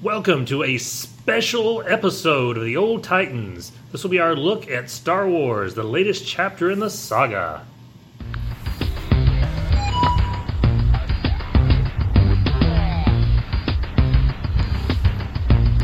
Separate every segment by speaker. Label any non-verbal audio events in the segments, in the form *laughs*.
Speaker 1: Welcome to a special episode of the Old Titans. This will be our look at Star Wars, the latest chapter in the saga.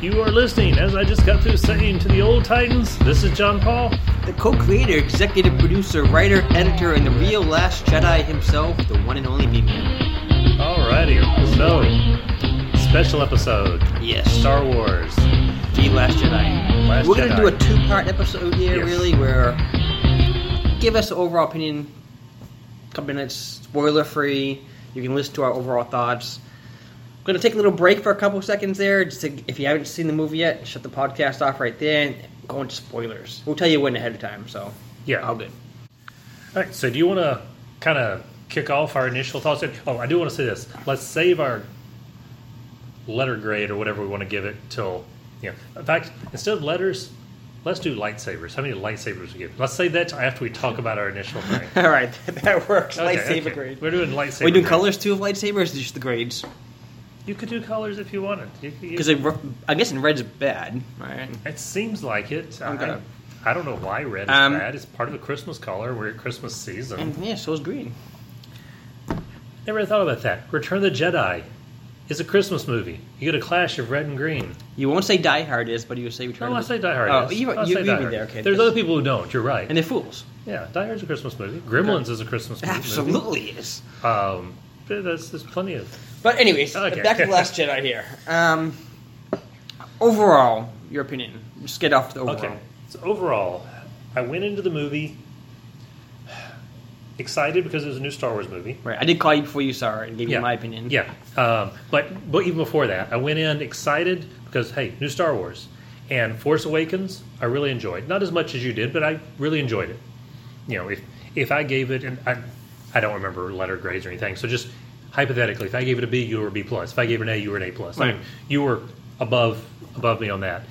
Speaker 1: You are listening, as I just got through saying, to the Old Titans. This is John Paul.
Speaker 2: The co creator, executive producer, writer, editor, and the real Last Jedi himself, the one and only Beatman.
Speaker 1: Alrighty, so special episode
Speaker 2: Yes,
Speaker 1: Star Wars.
Speaker 2: the Last Jedi.
Speaker 1: Last
Speaker 2: We're going to
Speaker 1: Jedi.
Speaker 2: do a two part episode here,
Speaker 1: Yes.
Speaker 2: really, where give us overall opinion, couple minutes, spoiler free. You can listen to our overall thoughts. We're going to take a little break for a couple seconds there. Just to, if you haven't seen the movie yet, shut the podcast off right there and go into spoilers. We'll tell you when ahead of time, so
Speaker 1: Yeah.
Speaker 2: all good.
Speaker 1: All right, so do you want to kind of kick off our initial thoughts? Oh, I do want to say this. Let's save our letter grade or whatever we want to give it till, you know. In fact, instead of letters, let's do lightsabers. How many lightsabers we give? Let's save that till after we talk about our initial thing.
Speaker 2: *laughs* All right, *laughs* that works.
Speaker 1: Okay,
Speaker 2: lightsaber
Speaker 1: okay.
Speaker 2: grade.
Speaker 1: We're doing lightsaber.
Speaker 2: we doing
Speaker 1: grade.
Speaker 2: colors too of lightsabers, or just the grades?
Speaker 1: You could do colors if you wanted. You, could- you-
Speaker 2: Because I guess in red's bad, right?
Speaker 1: it seems like it. I-
Speaker 2: Okay.
Speaker 1: I, don't know why red is
Speaker 2: Um,
Speaker 1: bad. It's part of the Christmas color. We're at Christmas season.
Speaker 2: And yeah, so is green.
Speaker 1: Never thought about that. Return of the Jedi is a Christmas movie. You get a clash of red and green.
Speaker 2: You won't say Die Hard is, but you say Return
Speaker 1: No, I
Speaker 2: of the
Speaker 1: say Die Hard.
Speaker 2: Oh,
Speaker 1: is.
Speaker 2: you-
Speaker 1: I
Speaker 2: you
Speaker 1: say
Speaker 2: agree
Speaker 1: Die
Speaker 2: with
Speaker 1: Hard.
Speaker 2: there, okay,
Speaker 1: There's
Speaker 2: that's-
Speaker 1: other people who don't. You're right.
Speaker 2: And they're fools.
Speaker 1: yeah, Die Hard's a Christmas movie. Gremlins is a Christmas movie.
Speaker 2: *laughs* Absolutely is.
Speaker 1: Um, there- there's, there's plenty of.
Speaker 2: But anyways,
Speaker 1: Okay.
Speaker 2: back to the Last Jedi here. Um, overall, your opinion. Just get off the overall.
Speaker 1: Okay. So overall, I went into the movie *sighs* excited because it was a new Star Wars movie.
Speaker 2: Right. I did call you before you saw it and gave you my opinion.
Speaker 1: Yeah, um, but but even before that, I went in excited because hey, new Star Wars and Force Awakens. I really enjoyed, not as much as you did, but I really enjoyed it. You know, if if I gave it, and I I don't remember letter grades or anything, so just hypothetically, if I gave it a B, you were a B plus. If I gave it an A, you were an A plus. I
Speaker 2: Right.
Speaker 1: mean, you were above above me on that.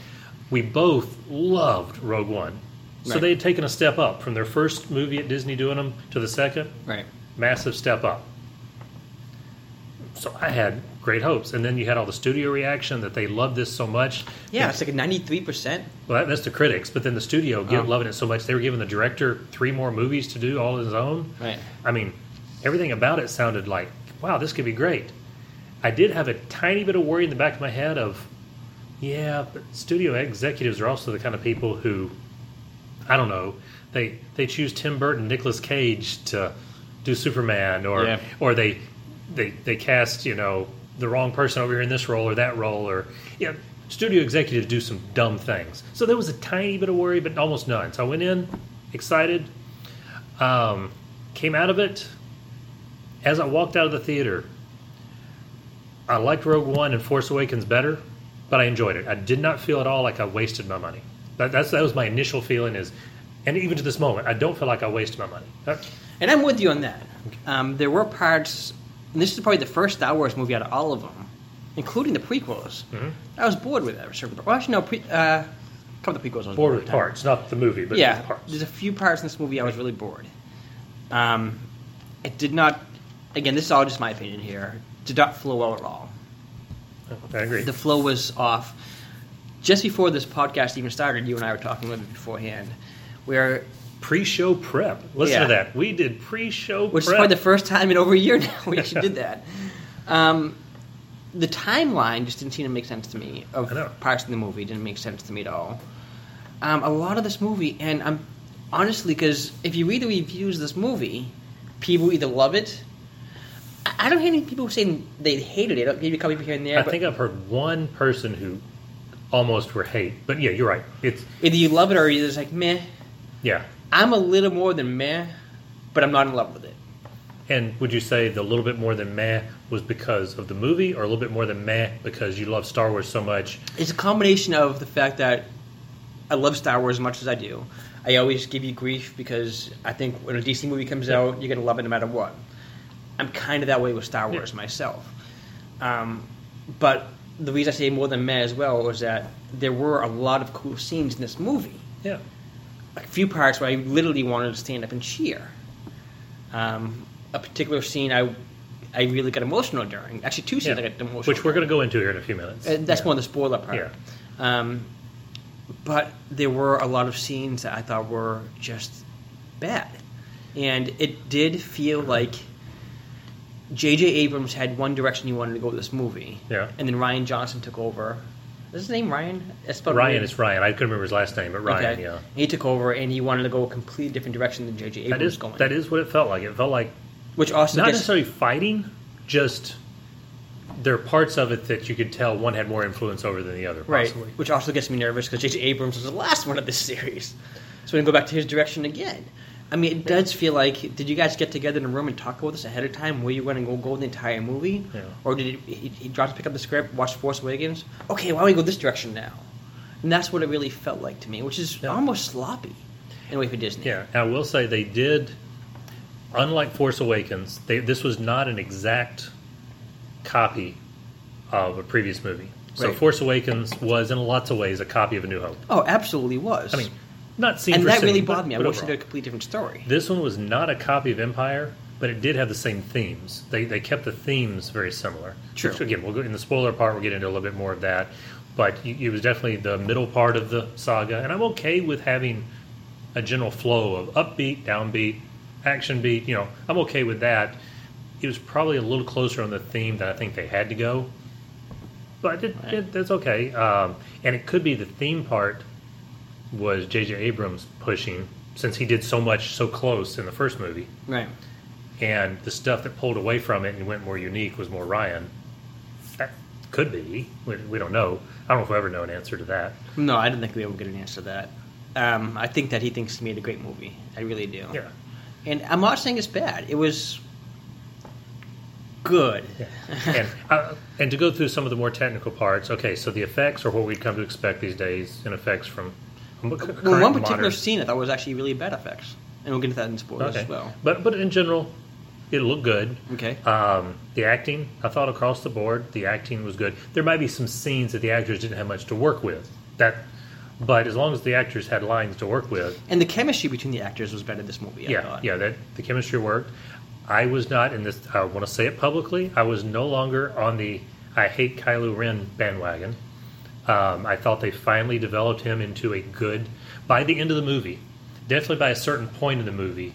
Speaker 1: We both loved Rogue One. So
Speaker 2: Right.
Speaker 1: they had taken a step up from their first movie at Disney doing them to the second
Speaker 2: Right.
Speaker 1: massive step up. So I had great hopes, and then you had all the studio reaction that they loved this so much.
Speaker 2: Yeah, it's like a ninety-three percent.
Speaker 1: Well, that, that's the critics, but then the studio get,
Speaker 2: Oh.
Speaker 1: loving it so much they were giving the director three more movies to do all his own.
Speaker 2: Right.
Speaker 1: I mean, everything about it sounded like, wow, this could be great. I did have a tiny bit of worry in the back of my head of, yeah, but studio executives are also the kind of people who, I don't know, they they choose Tim Burton, Nicolas Cage to do Superman, or
Speaker 2: Yeah.
Speaker 1: or they they they cast you know the wrong person over here in this role or that role, or yeah, studio executives do some dumb things. So there was a tiny bit of worry, but almost none. So I went in excited, um, came out of it. As I walked out of the theater, I liked Rogue One and Force Awakens better, but I enjoyed it. I did not feel at all like I wasted my money. That, that's that was my initial feeling is, and even to this moment, I don't feel like I wasted my money. That-
Speaker 2: And I'm with you on that. Um, there were parts, and this is probably the first Star Wars movie out of all of them, including the prequels.
Speaker 1: Mm-hmm.
Speaker 2: I was bored with that. Certain, well, actually, no, pre, uh, a couple of the prequels. I was
Speaker 1: bored
Speaker 2: with
Speaker 1: with parts, not the movie, but
Speaker 2: yeah,
Speaker 1: with parts.
Speaker 2: there's a few parts in this movie I was really bored. Um, it did not. Again, this is all just my opinion here. Did not flow well at all.
Speaker 1: I agree.
Speaker 2: The flow was off. Just before this podcast even started, you and I were talking a little bit beforehand, where
Speaker 1: pre-show prep. Listen to
Speaker 2: Yeah.
Speaker 1: that. We did pre-show
Speaker 2: which is
Speaker 1: prep.
Speaker 2: probably the first time in over a year *laughs* now we
Speaker 1: *laughs*
Speaker 2: actually did that. Um, the timeline just didn't seem to make sense to me. Of
Speaker 1: I know.
Speaker 2: parts of the movie didn't make sense to me at all. Um, a lot of this movie, and I'm honestly because if you read the reviews of this movie, people either love it. I- I don't hear any people saying they hated it. Maybe a couple people here and there.
Speaker 1: I
Speaker 2: but
Speaker 1: think I've heard one person who almost were hate, but yeah, you're right. It's
Speaker 2: either you love it or you're just like meh.
Speaker 1: yeah.
Speaker 2: I'm a little more than meh, but I'm not in love with it.
Speaker 1: And would you say the little bit more than meh was because of the movie, or a little bit more than meh because you love Star Wars so much?
Speaker 2: It's a combination of the fact that I love Star Wars as much as I do. I always give you grief because I think when a DC movie comes out, you're going to love it no matter what. I'm kind of that way with Star Wars myself. Um, but the reason I say more than meh as well was that there were a lot of cool scenes in this movie.
Speaker 1: Yeah.
Speaker 2: A few parts where I literally wanted to stand up and cheer. Um, a particular scene I, I really got emotional during. Actually, two scenes I got emotional.
Speaker 1: which we're
Speaker 2: during.
Speaker 1: going to go into here in a few minutes.
Speaker 2: And that's
Speaker 1: Yeah.
Speaker 2: more the spoiler part.
Speaker 1: Yeah.
Speaker 2: Um, but there were a lot of scenes that I thought were just bad, and it did feel like J.J. Abrams had one direction he wanted to go with this movie.
Speaker 1: Yeah.
Speaker 2: And then Ryan Johnson took over. Is his name Ryan? It's spelled
Speaker 1: Ryan is Ryan. I couldn't remember his last name, but Ryan.
Speaker 2: Okay.
Speaker 1: Yeah,
Speaker 2: He took over, and he wanted to go a completely different direction than J.J. Abrams
Speaker 1: that is
Speaker 2: going.
Speaker 1: that is what it felt like. It felt like
Speaker 2: which also
Speaker 1: not
Speaker 2: gets,
Speaker 1: necessarily fighting, just there are parts of it that you could tell one had more influence over than the other.
Speaker 2: Right,
Speaker 1: Possibly.
Speaker 2: which also gets me nervous because J.J. Abrams was the last one of this series, so we go back to his direction again. I mean, it does feel like did you guys get together in a room and talk about this ahead of time? Where you going to go go the entire movie,
Speaker 1: Yeah.
Speaker 2: or did he, he, he dropped pick up the script, watch Force Awakens? Okay, why don't we go this direction now? And that's what it really felt like to me, which is
Speaker 1: Yeah.
Speaker 2: almost sloppy in a way for Disney.
Speaker 1: Yeah, and I will say they did. Unlike Force Awakens, they, this was not an exact copy of a previous movie. So
Speaker 2: Right.
Speaker 1: Force Awakens was, in lots of ways, a copy of A New Hope.
Speaker 2: Oh, absolutely was.
Speaker 1: I mean, not scene
Speaker 2: and
Speaker 1: for
Speaker 2: that
Speaker 1: scene,
Speaker 2: really
Speaker 1: but-
Speaker 2: bothered me. I
Speaker 1: but
Speaker 2: wish they
Speaker 1: overall.
Speaker 2: did a completely different story.
Speaker 1: This one was not a copy of Empire, but it did have the same themes. They, they kept the themes very similar.
Speaker 2: True.
Speaker 1: Which, again, we'll go in the spoiler part. We'll get into a little bit more of that, but y- it was definitely the middle part of the saga. And I'm okay with having a general flow of upbeat, downbeat, action beat. You know, I'm okay with that. It was probably a little closer on the theme that I think they had to go, but it, it, that's okay. Um, and it could be the theme part was J.J. Abrams pushing, since he did so much so close in the first movie,
Speaker 2: Right.
Speaker 1: and the stuff that pulled away from it and went more unique was more Ryan. That could be. We, we don't know. I don't know if we'll ever know an answer to that.
Speaker 2: No, I don't think we ever get an answer to that. Um, I think that he thinks he made a great movie. I really do.
Speaker 1: Yeah.
Speaker 2: And I'm not saying it's bad. It was good.
Speaker 1: *laughs* and uh, and to go through some of the more technical parts. Okay, so the effects are what we'd come to expect these days in effects from. from c- current
Speaker 2: well, one particular
Speaker 1: modern-
Speaker 2: scene I thought was actually really bad effects, and we'll get into that in spoilers
Speaker 1: Okay.
Speaker 2: as well.
Speaker 1: But but in general, it looked good.
Speaker 2: Okay.
Speaker 1: Um, the acting, I thought across the board, the acting was good. There might be some scenes that the actors didn't have much to work with. That, but as long as the actors had lines to work with,
Speaker 2: and the chemistry between the actors was better this movie. I
Speaker 1: yeah,
Speaker 2: thought.
Speaker 1: yeah, that the chemistry worked. I was not in this. I want to say it publicly. I was no longer on the I hate Kylo Ren bandwagon. Um, I thought they finally developed him into a good. By the end of the movie, definitely by a certain point in the movie,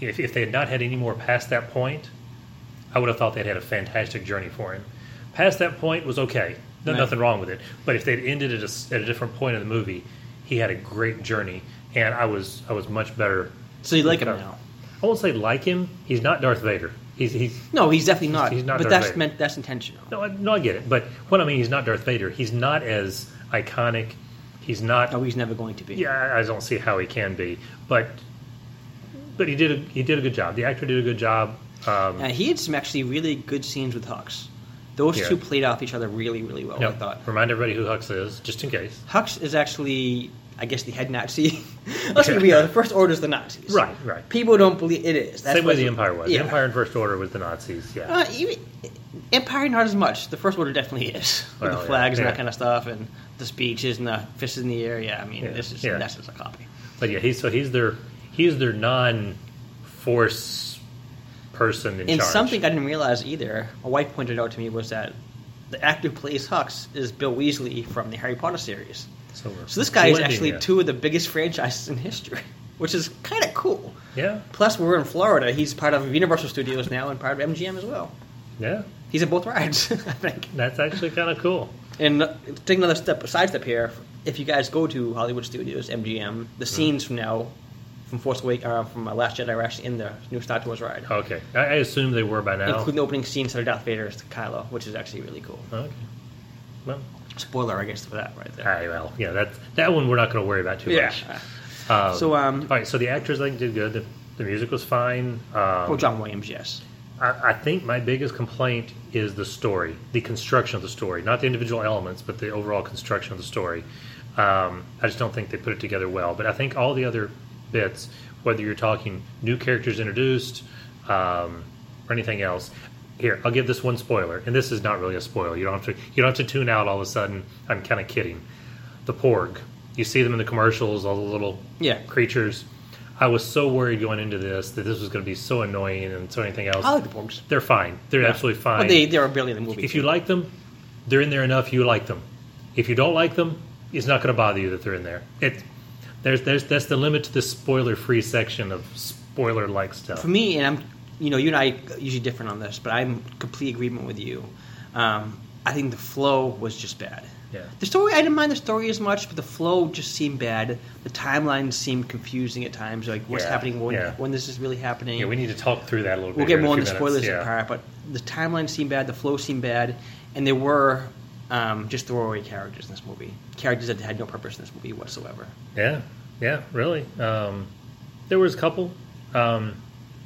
Speaker 1: if, if they had not had any more past that point, I would have thought they'd had a fantastic journey for him. Past that point was okay, no,
Speaker 2: Right.
Speaker 1: nothing wrong with it. But if they'd ended at a, s- at a different point in the movie, he had a great journey, and I was I was much better
Speaker 2: So you like him now?
Speaker 1: I won't say like him. He's not Darth Vader. He's he's
Speaker 2: No, he's definitely not.
Speaker 1: he's not
Speaker 2: but
Speaker 1: Darth
Speaker 2: that's
Speaker 1: Vader.
Speaker 2: meant that's intentional.
Speaker 1: no, I, no, I get it. But what I mean, he's not Darth Vader. He's not as iconic. He's not.
Speaker 2: No, he's never going to be.
Speaker 1: Yeah, I- I don't see how he can be. But but he did a, he did a good job. The actor did a good job. Um,
Speaker 2: Uh, he had some actually really good scenes with Hux. Those
Speaker 1: Yeah.
Speaker 2: two played off each other really, really well.
Speaker 1: you know,
Speaker 2: I thought.
Speaker 1: Remind everybody who Hux is, just in case.
Speaker 2: Hux is actually, I guess, the head Nazi. *laughs* Let's be
Speaker 1: Yeah.
Speaker 2: real. The First Order is the Nazis.
Speaker 1: Right, right.
Speaker 2: People don't believe it is. That's
Speaker 1: Same way
Speaker 2: what's-
Speaker 1: the Empire was.
Speaker 2: Yeah.
Speaker 1: The Empire and First Order was the Nazis. Yeah.
Speaker 2: Uh, even, Empire not as much. The First Order definitely is. With
Speaker 1: Well,
Speaker 2: the
Speaker 1: yeah,
Speaker 2: flags and
Speaker 1: yeah.
Speaker 2: that kind of stuff, and the speeches and the fists in the air. Yeah, I mean,
Speaker 1: Yeah,
Speaker 2: this is
Speaker 1: yeah.
Speaker 2: that's just a copy.
Speaker 1: But yeah, he's so he's their he's their non force person in
Speaker 2: And
Speaker 1: charge.
Speaker 2: something I didn't realize either, my wife pointed out to me, was that the actor who plays Hux is Bill Weasley from the Harry Potter series.
Speaker 1: So, we're
Speaker 2: So this guy is
Speaker 1: blending
Speaker 2: actually
Speaker 1: it.
Speaker 2: two of the biggest franchises in history, *laughs* which is kind of cool.
Speaker 1: Yeah,
Speaker 2: Plus, we're in Florida. He's part of Universal Studios now and part of MGM as well.
Speaker 1: yeah.
Speaker 2: He's at both rides, *laughs* I think.
Speaker 1: That's actually kind of cool.
Speaker 2: And uh, take another step, side step here. If you guys go to Hollywood Studios, MGM,
Speaker 1: Mm-hmm.
Speaker 2: the scenes from now, from Force Awakens, uh, from uh, Last Jedi, are actually in the new Star Wars ride,
Speaker 1: Okay, I, I assume they were by now.
Speaker 2: including the opening scenes that are Darth Vader's to Kylo, which is actually really cool.
Speaker 1: okay. Well,
Speaker 2: Spoiler, I guess, for that right there.
Speaker 1: I, well, yeah, that that one we're not going to worry about too
Speaker 2: Yeah.
Speaker 1: much. Um,
Speaker 2: So, um,
Speaker 1: all right, so the actors I think did good. The, the music was fine. Um,
Speaker 2: oh, John Williams, yes.
Speaker 1: I, I think my biggest complaint is the story, the construction of the story, not the individual elements, but the overall construction of the story. Um, I just don't think they put it together well. But I think all the other bits, whether you're talking new characters introduced um, or anything else, here I'll give this one spoiler, and this is not really a spoiler. You don't have to you don't have to tune out all of a sudden. I'm kind of kidding. The Porg, you see them in the commercials, all the little
Speaker 2: Yeah.
Speaker 1: creatures. I was so worried going into this that this was going to be so annoying and so anything else.
Speaker 2: I like the Porgs.
Speaker 1: They're fine. They're
Speaker 2: Yeah.
Speaker 1: absolutely fine.
Speaker 2: But they, they are barely in the movie.
Speaker 1: if you like them, they're in there enough. You like them. If you don't like them, it's not going to bother you that they're in there. It there's there's that's the limit to the spoiler-free section of spoiler-like stuff.
Speaker 2: For me, and I'm, you know, you and I are usually different on this, but I'm in complete agreement with you. Um, I think the flow was just bad.
Speaker 1: Yeah.
Speaker 2: The story, I didn't mind the story as much, but the flow just seemed bad. The timeline seemed confusing at times, like what's
Speaker 1: Yeah,
Speaker 2: happening, when,
Speaker 1: yeah.
Speaker 2: when this is really happening.
Speaker 1: Yeah, we need to talk through that a little
Speaker 2: we'll
Speaker 1: bit. here
Speaker 2: get
Speaker 1: in a
Speaker 2: more on the
Speaker 1: few minutes.
Speaker 2: spoilers
Speaker 1: yeah.
Speaker 2: part, but the timeline seemed bad, the flow seemed bad, and there were um, just throwaway characters in this movie. Characters that had no purpose in this movie whatsoever.
Speaker 1: Yeah, yeah, really. Um, there was a couple. Um,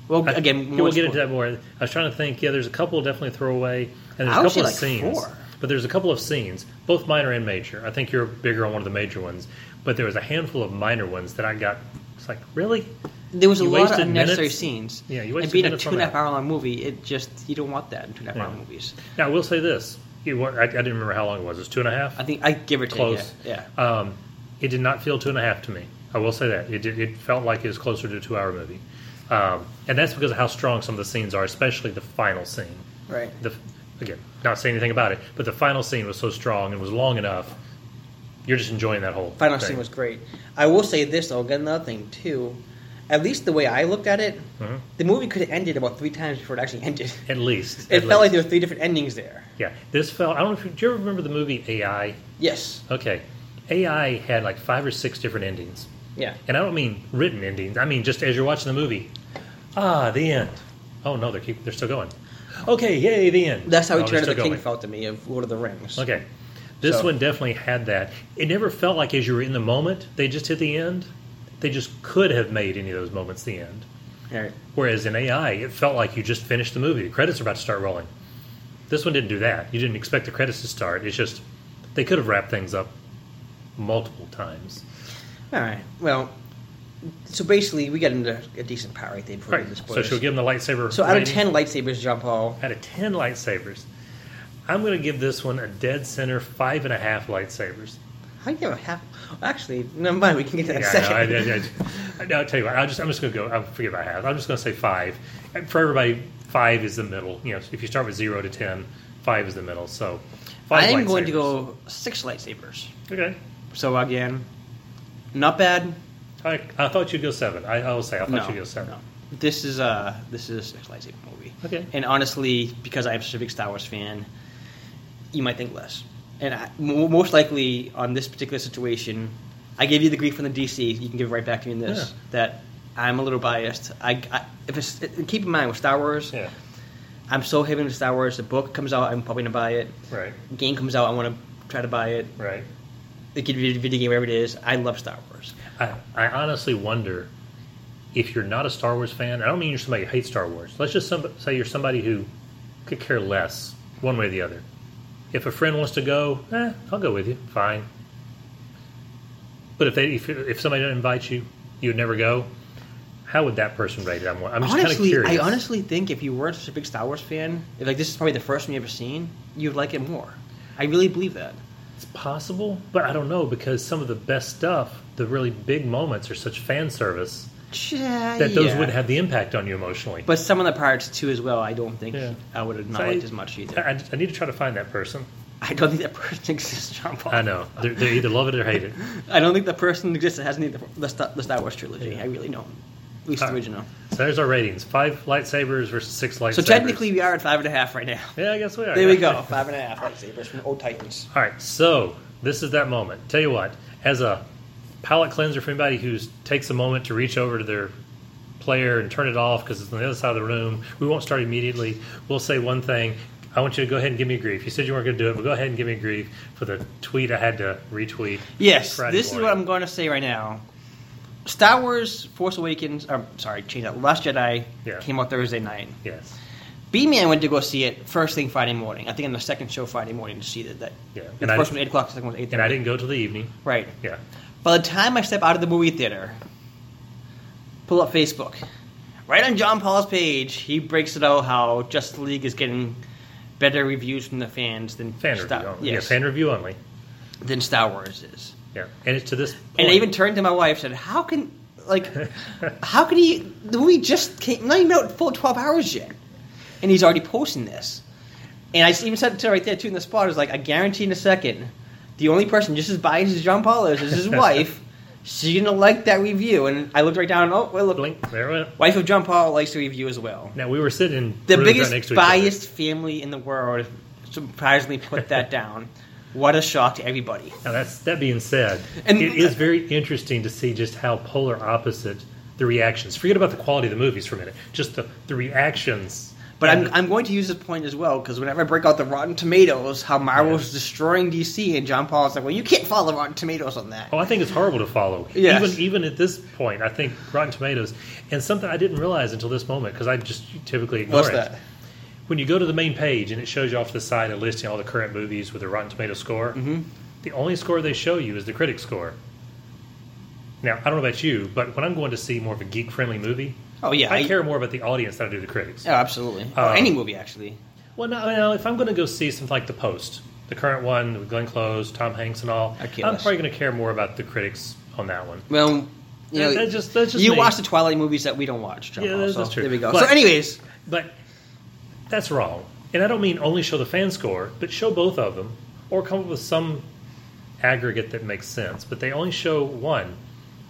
Speaker 2: Well,
Speaker 1: I-
Speaker 2: again,
Speaker 1: yeah,
Speaker 2: more
Speaker 1: we'll get
Speaker 2: spoil-
Speaker 1: into that more. I was trying to think. Yeah, there's a couple definitely throwaway, and there's
Speaker 2: I
Speaker 1: a
Speaker 2: would
Speaker 1: couple of
Speaker 2: say, like,
Speaker 1: scenes.
Speaker 2: four.
Speaker 1: But there's a couple of scenes, both minor and major. I think you're bigger on one of the major ones, but there was a handful of minor ones that I got. It's like really,
Speaker 2: There was a
Speaker 1: You
Speaker 2: lot of
Speaker 1: wasted
Speaker 2: unnecessary
Speaker 1: minutes.
Speaker 2: scenes.
Speaker 1: Yeah, you
Speaker 2: and
Speaker 1: wasted
Speaker 2: being a
Speaker 1: minutes
Speaker 2: two
Speaker 1: on
Speaker 2: and a half
Speaker 1: that.
Speaker 2: hour long movie, it just you don't want that in two and a half hour
Speaker 1: Yeah.
Speaker 2: movies.
Speaker 1: Now I will say this: it, wa- I, I didn't remember how long it was. It was two and a half.
Speaker 2: I think I give or take.
Speaker 1: Close.
Speaker 2: Yeah,
Speaker 1: Um, it did not feel two and a half to me. I will say that it did, it felt like it was closer to a two hour movie, um, and that's because of how strong some of the scenes are, especially the final scene.
Speaker 2: yeah. right.
Speaker 1: the again not saying anything about it but the final scene was so strong and was long enough you're just enjoying that whole
Speaker 2: Final
Speaker 1: thing.
Speaker 2: scene was great. I will say this though, again, another thing too. At least the way I looked at it,
Speaker 1: Mhm.
Speaker 2: the movie could have ended about three times before it actually ended.
Speaker 1: at least
Speaker 2: It
Speaker 1: at
Speaker 2: felt
Speaker 1: least.
Speaker 2: like there were three different endings there.
Speaker 1: yeah this felt i don't know if you, do you ever remember the movie ai
Speaker 2: Yes.
Speaker 1: okay ai had like five or six different endings
Speaker 2: Yeah.
Speaker 1: and i don't mean written endings i mean just as you're watching the movie ah the end oh no they're keep, they're still going okay yay the end
Speaker 2: That's how
Speaker 1: oh,
Speaker 2: Return of
Speaker 1: they're
Speaker 2: the
Speaker 1: still
Speaker 2: King
Speaker 1: going.
Speaker 2: felt to me of Lord of the Rings.
Speaker 1: Okay. This
Speaker 2: So-
Speaker 1: one definitely had that. It never felt like as you were in the moment, they just hit the end. They just could have made any of those moments the end.
Speaker 2: All right.
Speaker 1: Whereas in AI, it felt like you just finished the movie. The credits are about to start rolling. This one didn't do that. You didn't expect the credits to start. It's just they could have wrapped things up multiple times.
Speaker 2: All right. Well, so basically, we got into a decent power right there before we
Speaker 1: Right.
Speaker 2: did the
Speaker 1: So
Speaker 2: spoilers.
Speaker 1: she'll give them the lightsaber.
Speaker 2: So out of
Speaker 1: rating.
Speaker 2: ten lightsabers, John Paul.
Speaker 1: out of ten lightsabers, I'm going to give this one a dead center five and a half lightsabers.
Speaker 2: How do you give a half? Actually, never mind. We can get to that in a
Speaker 1: Yeah,
Speaker 2: second.
Speaker 1: I know. I, I, I, no, I'll tell you what. I'll just, I'm just going to go. I forget about half. I'm just going to say five. And For everybody, five is the middle. You know, if you start with zero to ten, five is the middle. So, five
Speaker 2: I'm going to
Speaker 1: lightsabers.
Speaker 2: go six lightsabers.
Speaker 1: Okay.
Speaker 2: So again, not bad.
Speaker 1: I, I thought you'd go seven. I, I will say I thought
Speaker 2: No,
Speaker 1: you'd go seven.
Speaker 2: no. This is a this is a six lightsaber movie.
Speaker 1: Okay.
Speaker 2: And honestly, because I'm such a big Star Wars fan, you might think less. And I, mo- most likely on this particular situation, I gave you the grief on the DC. You can give it right back to me in this.
Speaker 1: Yeah.
Speaker 2: That I'm a little biased. I, I if it's, keep in mind with Star Wars,
Speaker 1: Yeah.
Speaker 2: I'm so heavy into Star Wars. The book comes out, I'm probably gonna buy it.
Speaker 1: Right.
Speaker 2: Game comes out, I want to try to buy it.
Speaker 1: Right.
Speaker 2: The kid video video game, whatever it is, I love Star Wars.
Speaker 1: I, I honestly wonder if you're not a Star Wars fan. I don't mean you're somebody who hates Star Wars. Let's just some, say you're somebody who could care less, one way or the other. If a friend wants to go, eh, I'll go with you. Fine. But if they if, if somebody didn't invite you, you'd never go. How would that person rate it? I'm, I'm just kind of
Speaker 2: honestly,
Speaker 1: curious.
Speaker 2: I honestly think if you weren't such a big Star Wars fan, if like this is probably the first one you ever seen, you'd like it more. I really believe that.
Speaker 1: It's possible, but I don't know because some of the best stuff, the really big moments, are such fan service
Speaker 2: Yeah,
Speaker 1: that those
Speaker 2: yeah.
Speaker 1: wouldn't have the impact on you emotionally.
Speaker 2: But some of the parts too, as well. I don't think
Speaker 1: Yeah.
Speaker 2: I would have not
Speaker 1: So I-
Speaker 2: liked as much either.
Speaker 1: I, I need to try to find that person.
Speaker 2: I don't think that *laughs* person exists, John Paul.
Speaker 1: I know. They're, they either love it or hate it.
Speaker 2: I don't think that person exists that hasn't seen the, the, Star, the Star Wars trilogy. I really don't. At least the
Speaker 1: All right.
Speaker 2: original.
Speaker 1: So there's our ratings: five lightsabers versus six lightsabers.
Speaker 2: So technically, we are at five and a half right now.
Speaker 1: yeah, I guess we are.
Speaker 2: There we
Speaker 1: yeah.
Speaker 2: go. Five and a half lightsabers from Old Titans.
Speaker 1: All right, so this is that moment. Tell you what, as a palate cleanser for anybody who takes a moment to reach over to their player and turn it off because it's on the other side of the room, we won't start immediately. We'll say one thing. I want you to go ahead and give me a grief. You said you weren't going to do it, but go ahead and give me a grief for the tweet I had to retweet.
Speaker 2: Yes,
Speaker 1: Friday
Speaker 2: this is
Speaker 1: morning.
Speaker 2: what I'm going to say right now. Star Wars: Force Awakens. Or, sorry, change that. Last Jedi
Speaker 1: Yeah.
Speaker 2: came out Thursday night.
Speaker 1: Yes.
Speaker 2: B Man went to go see it first thing Friday morning. I think on the second show Friday morning to see that. that
Speaker 1: Yeah,
Speaker 2: the
Speaker 1: and I-
Speaker 2: first one eight o'clock, the second one eight
Speaker 1: And I
Speaker 2: thirty.
Speaker 1: didn't go till the evening.
Speaker 2: Right.
Speaker 1: Yeah.
Speaker 2: By the time I step out of the movie theater, pull up Facebook. Right on John Paul's page, he breaks it out how Justice League is getting better reviews from the fans than
Speaker 1: Fan
Speaker 2: Star,
Speaker 1: review only.
Speaker 2: yes,
Speaker 1: Yeah, fan review only.
Speaker 2: than Star Wars is.
Speaker 1: Yeah. And it's to this point.
Speaker 2: And I even turned to my wife and said, How can Like, how could he? The movie just came not even out full twelve hours yet, and he's already posting this. And I even said to her right there too in the spot. I was like, I guarantee in a second, the only person just as biased as John Paul is is
Speaker 1: *laughs*
Speaker 2: his wife. She's gonna like that review. And I looked right down. and, Oh, well, look,
Speaker 1: Blink. There it went.
Speaker 2: wife of John Paul likes the review as well.
Speaker 1: Now we were sitting
Speaker 2: The
Speaker 1: really right next
Speaker 2: biggest
Speaker 1: to each other.
Speaker 2: biased family in the world surprisingly
Speaker 1: *laughs*
Speaker 2: put that down. What a shock to everybody.
Speaker 1: Now that's that being said,
Speaker 2: And-
Speaker 1: it is very interesting to see just how polar opposite the reactions. Forget about the quality of the movies for a minute. Just the, the reactions.
Speaker 2: But
Speaker 1: And
Speaker 2: I'm, I'm going to use this point as well because whenever I break out the Rotten Tomatoes, how Marvel's destroying DC, and John Paul's like, well, you can't follow Rotten Tomatoes on that.
Speaker 1: Oh, I think it's horrible to follow.
Speaker 2: Yes.
Speaker 1: Even even at this point, I think Rotten Tomatoes and something I didn't realize until this moment because I just typically ignore
Speaker 2: What's
Speaker 1: it.
Speaker 2: that?
Speaker 1: When you go to the main page and it shows you off to the side a listing all the current movies with a Rotten Tomato score,
Speaker 2: Mm-hmm.
Speaker 1: the only score they show you is the critic score. Now I don't know about you, but when I'm going to see more of a geek friendly movie,
Speaker 2: Oh yeah,
Speaker 1: I care more about the audience than I do the critics.
Speaker 2: Oh, absolutely. or
Speaker 1: Um,
Speaker 2: any movie actually.
Speaker 1: Well, no, no, if I'm going to go see something like The Post, the current one with Glenn Close, Tom Hanks, and all,
Speaker 2: I
Speaker 1: I'm
Speaker 2: can't listen.
Speaker 1: probably going to care more about the critics on that one.
Speaker 2: Well, you
Speaker 1: Yeah,
Speaker 2: know,
Speaker 1: that's just- that's just
Speaker 2: you
Speaker 1: me.
Speaker 2: watch the Twilight movies that we don't watch. John
Speaker 1: Yeah,
Speaker 2: Paul,
Speaker 1: that's-
Speaker 2: so
Speaker 1: that's true.
Speaker 2: There we go.
Speaker 1: But-
Speaker 2: so, anyways,
Speaker 1: But that's wrong. And I don't mean only show the fan score, but show both of them or come up with some aggregate that makes sense. But they only show one,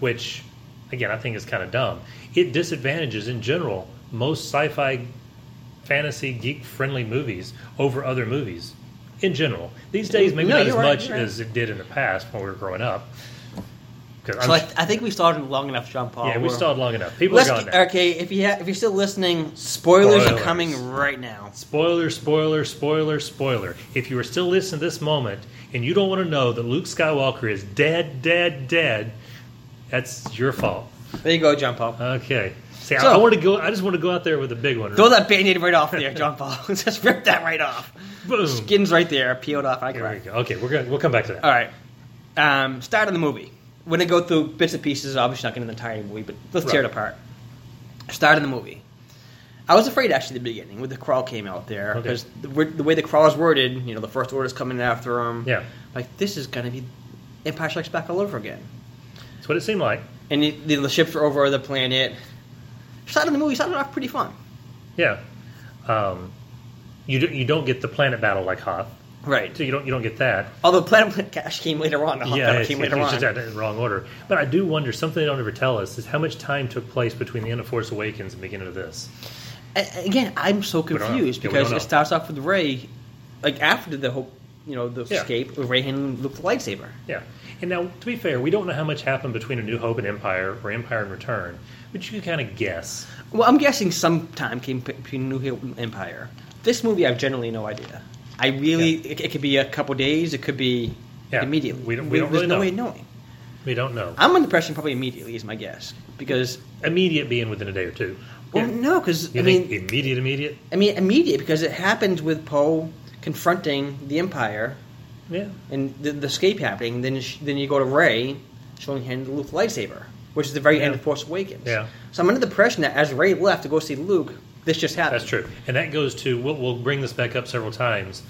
Speaker 1: which, again, I think is kind of dumb. It disadvantages, in general, most sci fi, fantasy, geek friendly movies over other movies. In general, these days maybe
Speaker 2: No,
Speaker 1: not as
Speaker 2: you're right,
Speaker 1: much
Speaker 2: you're right.
Speaker 1: as it did in the past when we were growing up. 'Cause I'm-
Speaker 2: so I, I think we started long enough, John Paul.
Speaker 1: yeah, we
Speaker 2: We're-
Speaker 1: stalled long enough. People
Speaker 2: Let's
Speaker 1: are gone
Speaker 2: get-
Speaker 1: now.
Speaker 2: okay, if you ha- if you're still listening, spoilers,
Speaker 1: Spoilers.
Speaker 2: are coming right now.
Speaker 1: Spoiler, spoiler, spoiler, spoiler. If you are still listening to this moment and you don't want to know that Luke Skywalker is dead, dead, dead, that's your fault.
Speaker 2: There you go, John Paul.
Speaker 1: Okay. See, I,
Speaker 2: So-
Speaker 1: I want to go. I just want to go out there with a big one.
Speaker 2: Throw that band-aid right off there, John Paul. *laughs* Just rip that right off.
Speaker 1: Boom.
Speaker 2: Skin's right there, peeled off. I
Speaker 1: There we
Speaker 2: crack.
Speaker 1: go. Okay, we're gonna we'll come back to that.
Speaker 2: All right. Um, start of the movie. We're gonna go through bits and pieces. Obviously, not gonna do the entire movie, but let's tear it
Speaker 1: Right.
Speaker 2: apart. Start of the movie. I was afraid actually at the beginning when the crawl came out there
Speaker 1: Okay.
Speaker 2: because the, wor- the way the crawl is worded, you know, the first order's coming after him.
Speaker 1: Yeah,
Speaker 2: Like this is gonna be Empire Strikes Back all over again.
Speaker 1: that's what it seemed like.
Speaker 2: And the, the, ships are over the planet. Start of the movie started off pretty fun.
Speaker 1: Yeah. Um, you do, you don't get the planet battle like Hoth,
Speaker 2: Right.
Speaker 1: so you don't you don't get that.
Speaker 2: Although Planet Cash came later on. *laughs* The
Speaker 1: yeah,
Speaker 2: yeah,
Speaker 1: it's,
Speaker 2: Uh-huh. came
Speaker 1: it's
Speaker 2: later on.
Speaker 1: just out in the wrong order. But I do wonder something they don't ever tell us is how much time took place between the end of Force Awakens and the beginning of this.
Speaker 2: A- again, I'm so
Speaker 1: don't know.
Speaker 2: confused
Speaker 1: Yeah, we
Speaker 2: because
Speaker 1: don't know.
Speaker 2: it starts off with Ray, like after the whole, you know, the
Speaker 1: Yeah.
Speaker 2: escape, Ray handling Luke the lightsaber.
Speaker 1: Yeah. And now, to be fair, we don't know how much happened between A New Hope and Empire or Empire and Return, but you can kind of guess.
Speaker 2: Well, I'm guessing some time came p- between New Hope and Empire. This movie, I have generally no idea. I really, it, it could be a couple days, it could be
Speaker 1: Yeah.
Speaker 2: immediately.
Speaker 1: We don't- we don't
Speaker 2: There's
Speaker 1: really
Speaker 2: no
Speaker 1: know.
Speaker 2: way of knowing.
Speaker 1: We don't know.
Speaker 2: I'm under the impression probably immediately is my guess because
Speaker 1: Immediate being within a day or two.
Speaker 2: well,
Speaker 1: Yeah.
Speaker 2: no, because
Speaker 1: You
Speaker 2: I mean,
Speaker 1: think immediate, immediate?
Speaker 2: I mean, immediate because it happened with Poe confronting the Empire
Speaker 1: Yeah.
Speaker 2: and the, the escape happening, then sh- then you go to Ray showing him the Luke lightsaber, which is the very end of
Speaker 1: Yeah.
Speaker 2: Force Awakens.
Speaker 1: Yeah.
Speaker 2: So I'm under the impression that as Ray left to go see Luke, this just happened.
Speaker 1: That's true. And that goes to, we'll, we'll bring this back up several times.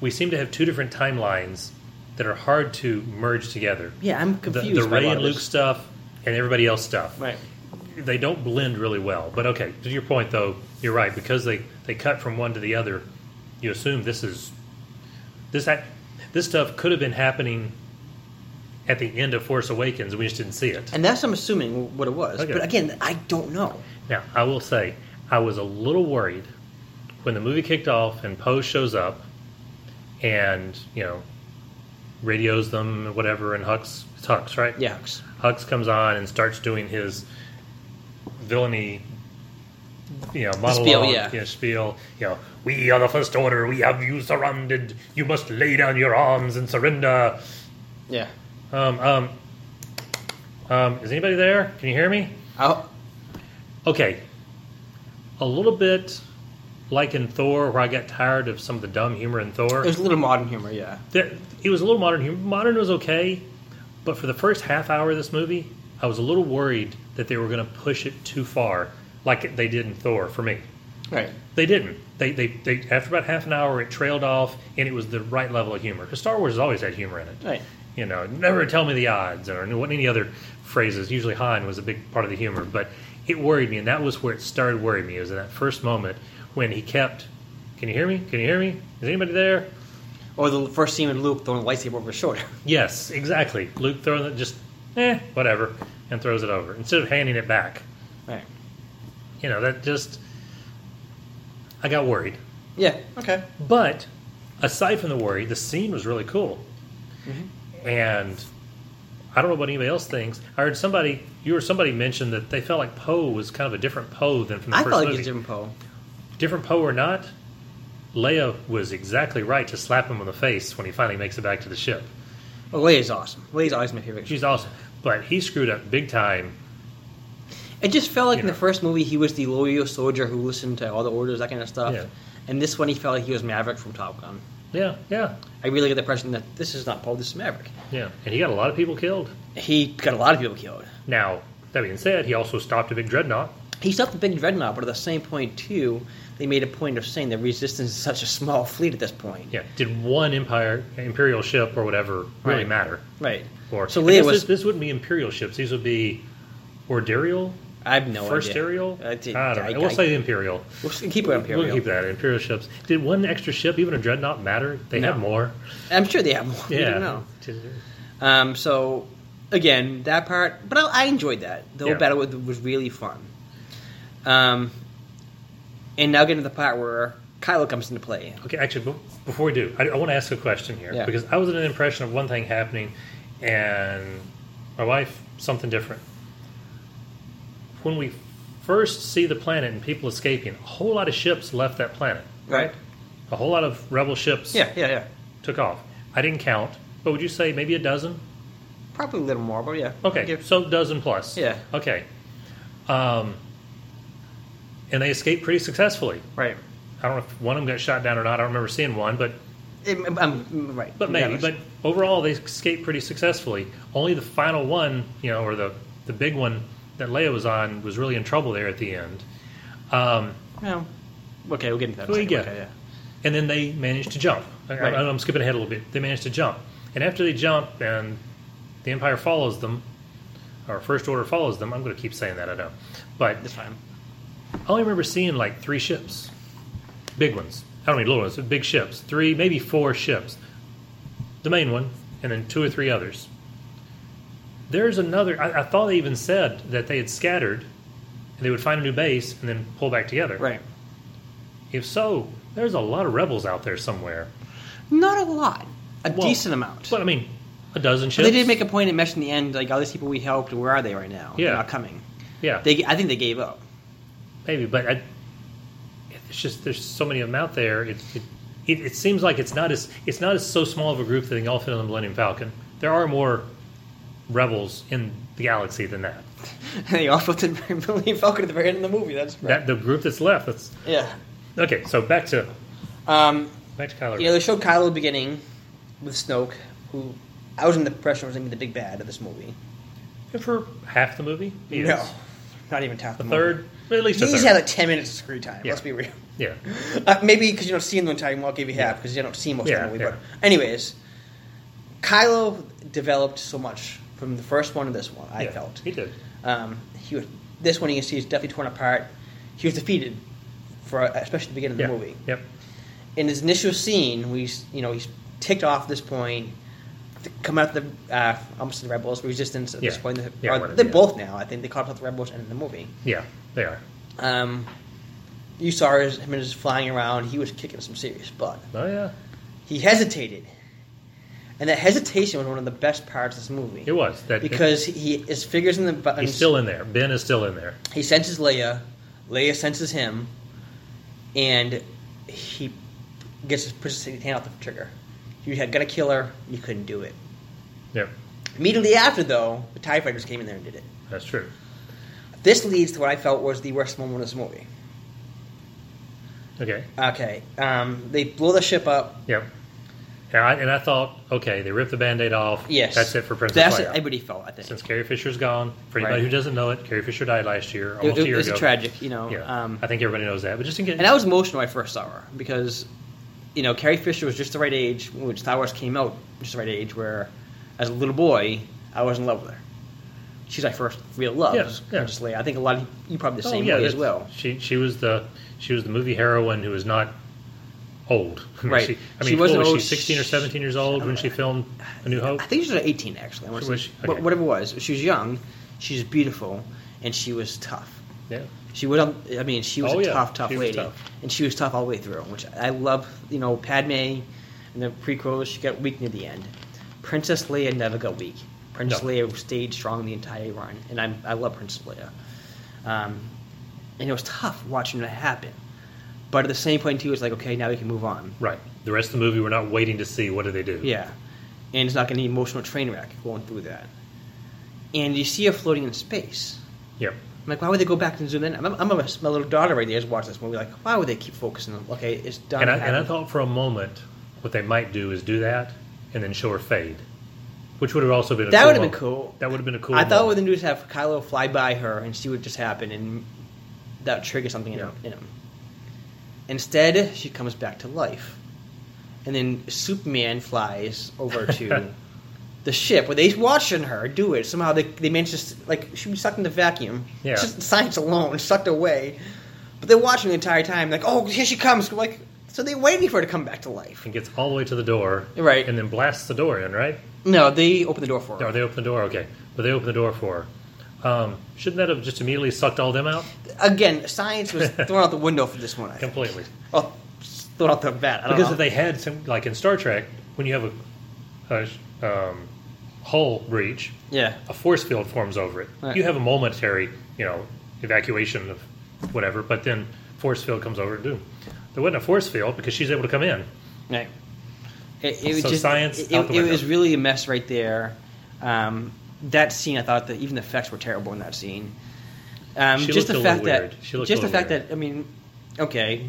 Speaker 1: We seem to have two different timelines that are hard to merge together.
Speaker 2: Yeah, I'm
Speaker 1: The,
Speaker 2: confused.
Speaker 1: the
Speaker 2: by a
Speaker 1: Ray
Speaker 2: lot
Speaker 1: and
Speaker 2: of
Speaker 1: Luke
Speaker 2: this.
Speaker 1: stuff and everybody else stuff.
Speaker 2: Right.
Speaker 1: They don't blend really well. But okay, to your point, though, you're right. Because they, they cut from one to the other, you assume this is this act, this stuff could have been happening at the end of Force Awakens, and we just didn't see it.
Speaker 2: And that's I'm assuming what it was.
Speaker 1: Okay.
Speaker 2: But again, I don't know.
Speaker 1: Now, I will say, I was a little worried when the movie kicked off and Poe shows up and, you know, radios them and whatever, and Hux, it's Hux, right?
Speaker 2: Yeah.
Speaker 1: Hux comes on and starts doing his villainy, you know, monologue,
Speaker 2: yeah.
Speaker 1: you know, spiel. You know, we are the first order. We have you surrounded. You must lay down your arms and surrender.
Speaker 2: Yeah.
Speaker 1: Um, um, um, is anybody there? Can you hear me?
Speaker 2: i
Speaker 1: Okay, a little bit like in Thor, where I got tired of some of the dumb humor in Thor.
Speaker 2: it was a little modern humor. Yeah.
Speaker 1: There- it was a little modern humor. Modern was okay, but for the first half hour of this movie, I was a little worried that they were going to push it too far, like they did in Thor for me.
Speaker 2: Right.
Speaker 1: They didn't. They, they, they after about half an hour, it trailed off, and it was the right level of humor. Because Star Wars has always had humor in it.
Speaker 2: Right.
Speaker 1: You know, never tell me the odds or what any other phrases. Usually Han was a big part of the humor, but it worried me, and that was where it started worrying me. Was in that first moment when he kept, "Can you hear me? Can you hear me? Is anybody there?"
Speaker 2: Or the first scene with Luke throwing the lightsaber over his shoulder. *laughs*
Speaker 1: Yes, exactly. Luke throwing it just eh, whatever, and throws it over instead of handing it back.
Speaker 2: Right.
Speaker 1: You know, that just I got worried.
Speaker 2: Yeah. Okay.
Speaker 1: But aside from the worry, the scene was really cool.
Speaker 2: Mm-hmm.
Speaker 1: And I don't know what anybody else thinks. I heard somebody, you or somebody mentioned that they felt like Poe was kind of a different Poe than from the
Speaker 2: I
Speaker 1: first
Speaker 2: thought it
Speaker 1: movie.
Speaker 2: was Jim Poe.
Speaker 1: different Poe or not, Leia was exactly right to slap him on the face when he finally makes it back to the ship.
Speaker 2: Well, Leia's Oh, awesome. Leia's always my favorite.
Speaker 1: She's awesome, but he screwed up big time.
Speaker 2: It just felt like
Speaker 1: you
Speaker 2: in the
Speaker 1: know.
Speaker 2: first movie he was the loyal soldier who listened to all the orders, that kind of stuff.
Speaker 1: Yeah.
Speaker 2: And this one he felt like he was Maverick from Top Gun.
Speaker 1: Yeah, yeah,
Speaker 2: I really get the impression that this is not Poe, this is Maverick.
Speaker 1: yeah. And he got a lot of people killed.
Speaker 2: He got a lot of people killed.
Speaker 1: Now, that being said, he also stopped a big dreadnought.
Speaker 2: He stopped the big dreadnought, but at the same point too, they made a point of saying the resistance is such a small fleet at this point.
Speaker 1: Yeah, did one empire imperial ship or whatever really
Speaker 2: Right.
Speaker 1: matter?
Speaker 2: Right.
Speaker 1: Or
Speaker 2: So
Speaker 1: I
Speaker 2: Leia
Speaker 1: guess
Speaker 2: was-
Speaker 1: this, this wouldn't be imperial ships. These would be orderial,
Speaker 2: I have no
Speaker 1: first
Speaker 2: idea.
Speaker 1: aerial.
Speaker 2: I did-
Speaker 1: I don't
Speaker 2: I-
Speaker 1: know. we'll
Speaker 2: I-
Speaker 1: say imperial.
Speaker 2: We'll s- keep it on Imperial.
Speaker 1: We'll keep that imperial ships. Did one extra ship, even a dreadnought, matter? They
Speaker 2: No.
Speaker 1: had more.
Speaker 2: I'm sure they have more. Yeah.
Speaker 1: Yeah.
Speaker 2: I don't know. Um, so again, that part, but I, I enjoyed that. The whole
Speaker 1: Yeah.
Speaker 2: battle was, was really fun. Um, and now getting to the part where Kylo comes into play.
Speaker 1: Okay, actually, be- before we do, I, I want to ask a question here
Speaker 2: Yeah.
Speaker 1: because I was under the impression of one thing happening, and my wife something different. When we first see the planet and people escaping, a whole lot of ships left that planet.
Speaker 2: Right.
Speaker 1: A whole lot of rebel ships
Speaker 2: Yeah, yeah, yeah.
Speaker 1: took off. I didn't count, but would you say maybe a dozen?
Speaker 2: Probably a little more, but yeah.
Speaker 1: Okay,
Speaker 2: Give-
Speaker 1: so dozen plus.
Speaker 2: Yeah.
Speaker 1: Okay. Um, and they escaped pretty successfully.
Speaker 2: Right.
Speaker 1: I don't know if one of them got shot down or not. I don't remember seeing one, but
Speaker 2: It, I'm, I'm- right.
Speaker 1: But maybe.
Speaker 2: Regardless.
Speaker 1: But overall, they escaped pretty successfully. Only the final one, you know, or the the big one that Leia was on, was really in trouble there at the end. Um,
Speaker 2: Well, okay, we'll get into that. in a
Speaker 1: Well,
Speaker 2: second.
Speaker 1: yeah.
Speaker 2: Okay, yeah.
Speaker 1: and then they managed to jump. I,
Speaker 2: Right.
Speaker 1: I, am skipping ahead a little bit. They managed to jump, and after they jump, and the Empire follows them, or First Order follows them. I'm going to keep saying that. I know, but
Speaker 2: This time.
Speaker 1: I only remember seeing like three ships, big ones. I don't mean little ones, but big ships. Three, maybe four ships. The main one, and then two or three others. There's another. I, I thought they even said that they had scattered, and they would find a new base and then pull back together.
Speaker 2: Right.
Speaker 1: If so, there's a lot of rebels out there somewhere.
Speaker 2: Not a lot. A
Speaker 1: Well,
Speaker 2: decent amount.
Speaker 1: But I mean, a dozen ships.
Speaker 2: But they did make a point of mentioning in the end, like all these people we helped, where are they right now? They're
Speaker 1: Yeah.
Speaker 2: not coming.
Speaker 1: Yeah,
Speaker 2: They, I think they gave up.
Speaker 1: maybe. But I, it's just there's so many of them out there. It, it, it, it seems like it's not as it's not as so small of a group that they can all fit on the Millennium Falcon. There are more rebels in the galaxy than that.
Speaker 2: *laughs* they all felt the Millennium Falcon at the very end of the movie. That's right.
Speaker 1: That the group that's left. That's
Speaker 2: yeah.
Speaker 1: okay. So back to
Speaker 2: Um,
Speaker 1: back to Kylo.
Speaker 2: you know, they showed Kylo at the beginning with Snoke, who I was in the impression was going to be the big bad of this movie.
Speaker 1: Ren. for half the movie. he
Speaker 2: No,
Speaker 1: is.
Speaker 2: not even half
Speaker 1: the
Speaker 2: the movie.
Speaker 1: third. At least a
Speaker 2: He's
Speaker 1: third.
Speaker 2: had like ten minutes of screen time.
Speaker 1: Yeah.
Speaker 2: Let's be real. *laughs*
Speaker 1: yeah,
Speaker 2: Uh, maybe because you don't see him the entire movie, I'll give you half because you don't see most
Speaker 1: Yeah,
Speaker 2: of the movie.
Speaker 1: yeah.
Speaker 2: But anyways, Kylo developed so much from the first one to this one. I
Speaker 1: yeah,
Speaker 2: felt
Speaker 1: he did.
Speaker 2: Um, he was this one you can see is definitely torn apart. He was defeated for especially the beginning
Speaker 1: yeah.
Speaker 2: of the movie.
Speaker 1: Yep.
Speaker 2: In his initial scene, we s- you know he's ticked off at this point. To come out the uh, almost the rebels resistance at this
Speaker 1: Yeah.
Speaker 2: point. They're,
Speaker 1: Yeah,
Speaker 2: or
Speaker 1: whatever,
Speaker 2: they're
Speaker 1: yeah.
Speaker 2: both now. I think they caught up the rebels and the movie.
Speaker 1: Yeah, they are.
Speaker 2: Um, you saw his, him just flying around. He was kicking some serious butt.
Speaker 1: Oh yeah,
Speaker 2: He hesitated, and that hesitation was one of the best parts of this movie.
Speaker 1: it was that
Speaker 2: because he his fingers in the buttons.
Speaker 1: he's still in there. Ben is still in there.
Speaker 2: He senses Leia. Leia senses him, and he gets his pushes his hand off the trigger. You had gonna kill her. You couldn't do it.
Speaker 1: Yep,
Speaker 2: Immediately after, though, the Tie Fighters came in there and did it.
Speaker 1: that's true.
Speaker 2: This leads to what I felt was the worst moment of this movie.
Speaker 1: Okay.
Speaker 2: Okay, um, they blow the ship up.
Speaker 1: Yep. And I, and I thought, okay, they ripped the band-aid off.
Speaker 2: Yes,
Speaker 1: That's it for Princess
Speaker 2: That's
Speaker 1: Leia.
Speaker 2: what everybody felt. I think
Speaker 1: Since Carrie Fisher's gone, for anybody
Speaker 2: Right.
Speaker 1: who doesn't know it, Carrie Fisher died last year,
Speaker 2: it,
Speaker 1: almost
Speaker 2: it,
Speaker 1: a year
Speaker 2: was
Speaker 1: ago.
Speaker 2: tragic. You know,
Speaker 1: Yeah,
Speaker 2: um,
Speaker 1: I think everybody knows that. But just in case,
Speaker 2: And I was emotional when I first saw her because, you know, Carrie Fisher was just the right age when Star Wars came out, just the right age where as a little boy, I was in love with her. She's my first real love.
Speaker 1: Yeah,
Speaker 2: was
Speaker 1: yeah.
Speaker 2: Princess Leia. I think a lot of you probably the
Speaker 1: Oh,
Speaker 2: same
Speaker 1: yeah,
Speaker 2: way as
Speaker 1: that's-
Speaker 2: well.
Speaker 1: She she was the she was the movie heroine who is not old. *laughs* I mean,
Speaker 2: Right.
Speaker 1: She, I
Speaker 2: She
Speaker 1: mean, what
Speaker 2: wasn't
Speaker 1: was
Speaker 2: old.
Speaker 1: she sixteen or seventeen years old when she filmed A New Hope?
Speaker 2: I think she was 18, actually. I want
Speaker 1: She
Speaker 2: to
Speaker 1: was-
Speaker 2: say.
Speaker 1: okay.
Speaker 2: Wh- Whatever it was. She was young, she was beautiful, and she was tough.
Speaker 1: Yeah.
Speaker 2: She was, on- I mean, she was
Speaker 1: Oh,
Speaker 2: a
Speaker 1: yeah.
Speaker 2: tough, tough
Speaker 1: She was
Speaker 2: lady.
Speaker 1: tough.
Speaker 2: And she was tough all the way through, which I love. You know, Padme and the prequels, she got weak near the end. Princess Leia never got weak. Princess
Speaker 1: No.
Speaker 2: Leia stayed strong the entire run, and I'm, I love Princess Leia. Um, and it was tough watching that happen. But at the same point, too, it's like, okay, now we can move on.
Speaker 1: Right. The rest of the movie, we're not waiting to see what do they do.
Speaker 2: Yeah. And it's not going to be an emotional train wreck going through that. And you see her floating in space.
Speaker 1: Yep.
Speaker 2: I'm like, why would they go back and zoom in? I'm, I'm a, my little daughter right there is watching this movie. Like, why would they keep focusing on, okay, it's done.
Speaker 1: And I, and I
Speaker 2: happened.
Speaker 1: thought for a moment what they might do is do that and then show her fade, which would have also been a
Speaker 2: that
Speaker 1: cool
Speaker 2: would have been
Speaker 1: moment.
Speaker 2: cool.
Speaker 1: That would have been a cool.
Speaker 2: I thought
Speaker 1: moment.
Speaker 2: what they do is have Kylo fly by her and see what just happened and that would trigger something in, him, in him. Instead, she comes back to life. And then Superman flies over
Speaker 1: *laughs*
Speaker 2: to the ship where they watching her do it. Somehow they, they managed to, s- like, she was sucked in the vacuum.
Speaker 1: Yeah.
Speaker 2: Just science alone, sucked away. But they're watching the entire time, like, oh, here she comes. Like, so they're waiting for her to come back to life.
Speaker 1: and gets all the way to the door,
Speaker 2: Right.
Speaker 1: And then blasts the door in, right?
Speaker 2: No, they open the door for her.
Speaker 1: Or they open the door, okay. But they open the door for her. Um, shouldn't that have just immediately sucked all them out
Speaker 2: Again,
Speaker 1: *laughs*
Speaker 2: science was thrown out the window for this one. I think.
Speaker 1: completely?
Speaker 2: Oh, thrown out the bat. I don't
Speaker 1: Because
Speaker 2: know.
Speaker 1: if they had some, like in Star Trek, when you have a, a um, hull breach,
Speaker 2: yeah,
Speaker 1: a force field forms over it.
Speaker 2: Right.
Speaker 1: You have a momentary, you know, evacuation of whatever, but then force field comes over and doom. There wasn't a force field because she's able to come in.
Speaker 2: right. It, it was
Speaker 1: So
Speaker 2: just,
Speaker 1: science
Speaker 2: It,
Speaker 1: out
Speaker 2: it,
Speaker 1: the window.
Speaker 2: was really a mess right there. Um, that scene, I thought that even the effects were terrible in that scene. Um,
Speaker 1: She looked
Speaker 2: just the
Speaker 1: a little
Speaker 2: fact
Speaker 1: weird.
Speaker 2: that,
Speaker 1: She looked
Speaker 2: just
Speaker 1: a
Speaker 2: the
Speaker 1: little
Speaker 2: fact
Speaker 1: weird.
Speaker 2: that, I mean, okay,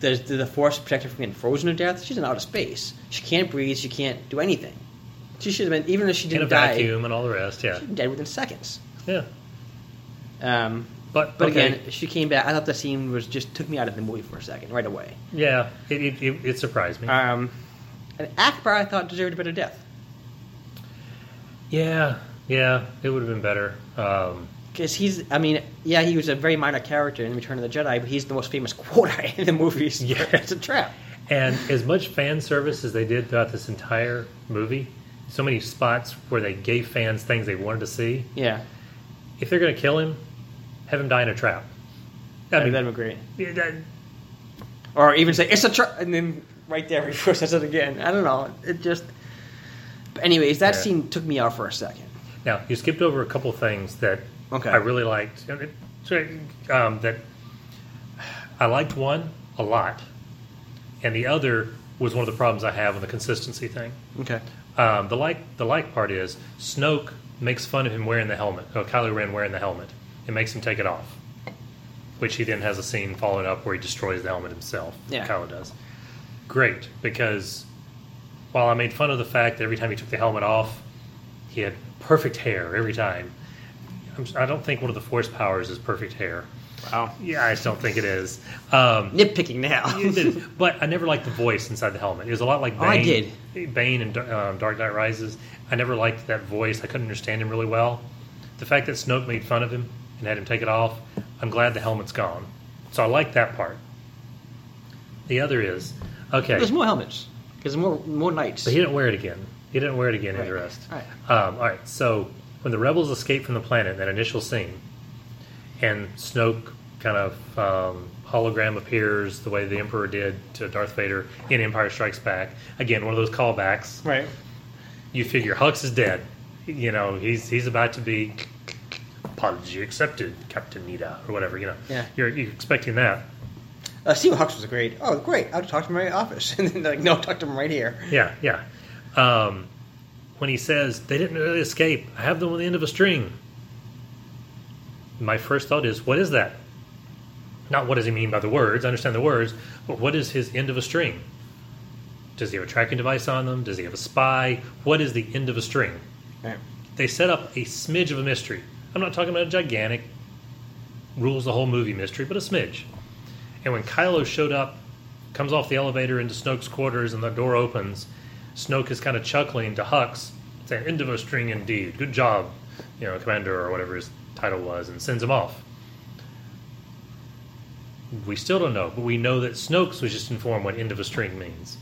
Speaker 2: there's the, the force protected from being frozen to death. She's in outer space. She can't breathe. She can't do anything. She should have been, even if she
Speaker 1: In a
Speaker 2: didn't die,
Speaker 1: vacuum and all the rest, yeah.
Speaker 2: dead within seconds.
Speaker 1: Yeah.
Speaker 2: Um,
Speaker 1: But,
Speaker 2: but
Speaker 1: okay,
Speaker 2: again, she came back. I thought the scene was just took me out of the movie for a second, right away.
Speaker 1: yeah, it, it, it, it surprised me.
Speaker 2: Um, and Akbar, I thought, deserved a better death.
Speaker 1: yeah, yeah, it would have been better. Um,
Speaker 2: Because he's, I mean, yeah, he was a very minor character in Return of the Jedi, but he's the most famous quote *laughs* in the movies.
Speaker 1: Yeah.
Speaker 2: *laughs* It's a trap.
Speaker 1: And as much fan service as they did throughout this entire movie, so many spots where they gave fans things they wanted to see.
Speaker 2: Yeah.
Speaker 1: If they're going to kill him, have him die in a trap. I
Speaker 2: That'd,
Speaker 1: mean,
Speaker 2: that'd be great.
Speaker 1: yeah, that-
Speaker 2: Or even say, it's a trap, and then right there, *laughs* he says it again. I don't know. It just. But anyways, that
Speaker 1: Yeah.
Speaker 2: scene took me out for a second.
Speaker 1: now you skipped over a couple things that
Speaker 2: Okay.
Speaker 1: I really liked. And it- sorry, Um, that I liked one a lot, and the other was one of the problems I have on the consistency thing.
Speaker 2: Okay.
Speaker 1: Um, the like the like part is Snoke makes fun of him wearing the helmet. Oh, Kylo Ren wearing the helmet. It makes him take it off, which he then has a scene followed up where he destroys the helmet himself.
Speaker 2: Yeah.
Speaker 1: Kylo does. Great, because while I made fun of the fact that every time he took the helmet off, he had perfect hair every time. I'm, si don't think one of the Force powers is perfect hair.
Speaker 2: Wow.
Speaker 1: Yeah, I just don't think it is. Um,
Speaker 2: Nitpicking *laughs*
Speaker 1: *laughs*
Speaker 2: now.
Speaker 1: it is. But I never liked the voice inside the helmet. It was a lot like Bane.
Speaker 2: Oh, I
Speaker 1: Bane and um, Dark Knight Rises. I never liked that voice. I couldn't understand him really well. The fact that Snoke made fun of him and had him take it off, I'm glad the helmet's gone. So I like that part. The other is okay,
Speaker 2: There's more helmets. Because more more knights.
Speaker 1: but he didn't wear it again. He didn't wear it again in the
Speaker 2: Right.
Speaker 1: rest.
Speaker 2: Right.
Speaker 1: Um, all right. So when the rebels escape from the planet, that initial scene, and Snoke kind of um, hologram appears the way the Emperor did to Darth Vader in Empire Strikes Back. Again, one of those callbacks.
Speaker 2: Right.
Speaker 1: You figure Hux is dead. You know he's he's about to be apology accepted, Captain Nita, or whatever. You know.
Speaker 2: Yeah.
Speaker 1: You're, you're expecting that.
Speaker 2: Uh, Steve Hawks was great. Oh, great. I'll talk to him in my office. *laughs* And then they're like, no, talk to him right here.
Speaker 1: Yeah. Yeah. Um, when he says they didn't really escape, I have them on the end of a string. My first thought is, what is that? Not what does he mean by the words? I understand the words, but what is his end of a string? Does he have a tracking device on them? Does he have a spy? What is the end of a string?
Speaker 2: Right.
Speaker 1: They set up a smidge of a mystery. I'm not talking about a gigantic, rules the whole movie mystery, but a smidge. And when Kylo showed up, comes off the elevator into Snoke's quarters, and the door opens, Snoke is kind of chuckling to Hux, saying end of a string indeed. Good job, you know, commander or whatever his title was, and sends him off. We still don't know, but we know that Snokes was just informed what end of a string means.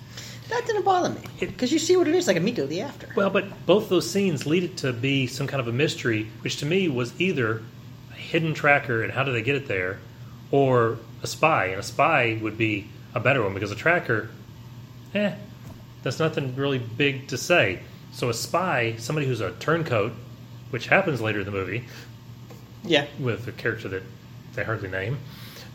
Speaker 2: That didn't bother me because you see what it is like immediately after.
Speaker 1: Well, but both those scenes lead it to be some kind of a mystery, which to me was either a hidden tracker and how do they get it there, or a spy. And a spy would be a better one because a tracker, eh, that's nothing really big to say. So a spy, somebody who's a turncoat, which happens later in the movie
Speaker 2: Yeah,
Speaker 1: with a character that they hardly name,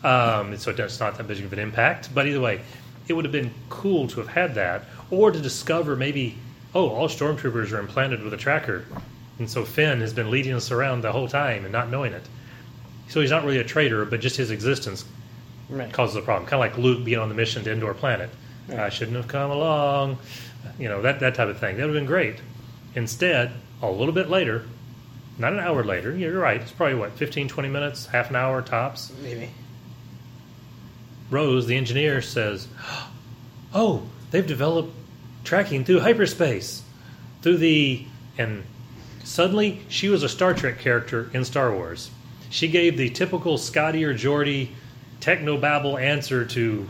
Speaker 1: um, and so it's not that big of an impact. But either way, it would have been cool to have had that, or to discover maybe, oh, all stormtroopers are implanted with a tracker, and so Finn has been leading us around the whole time and not knowing it. So he's not really a traitor, but just his existence
Speaker 2: right.
Speaker 1: causes a problem. Kind of like Luke being on the mission to Indoor Planet. I shouldn't have come along. You know, that, that type of thing. That would have been great. Instead, a little bit later, not an hour later, yeah, you're right, it's probably what, 15, 20 minutes, half an hour tops.
Speaker 2: Maybe.
Speaker 1: Rose, the engineer, says, *gasps* Oh, they've developed tracking through hyperspace, through the. And suddenly, she was a Star Trek character in Star Wars. She gave the typical Scotty or Geordie technobabble answer to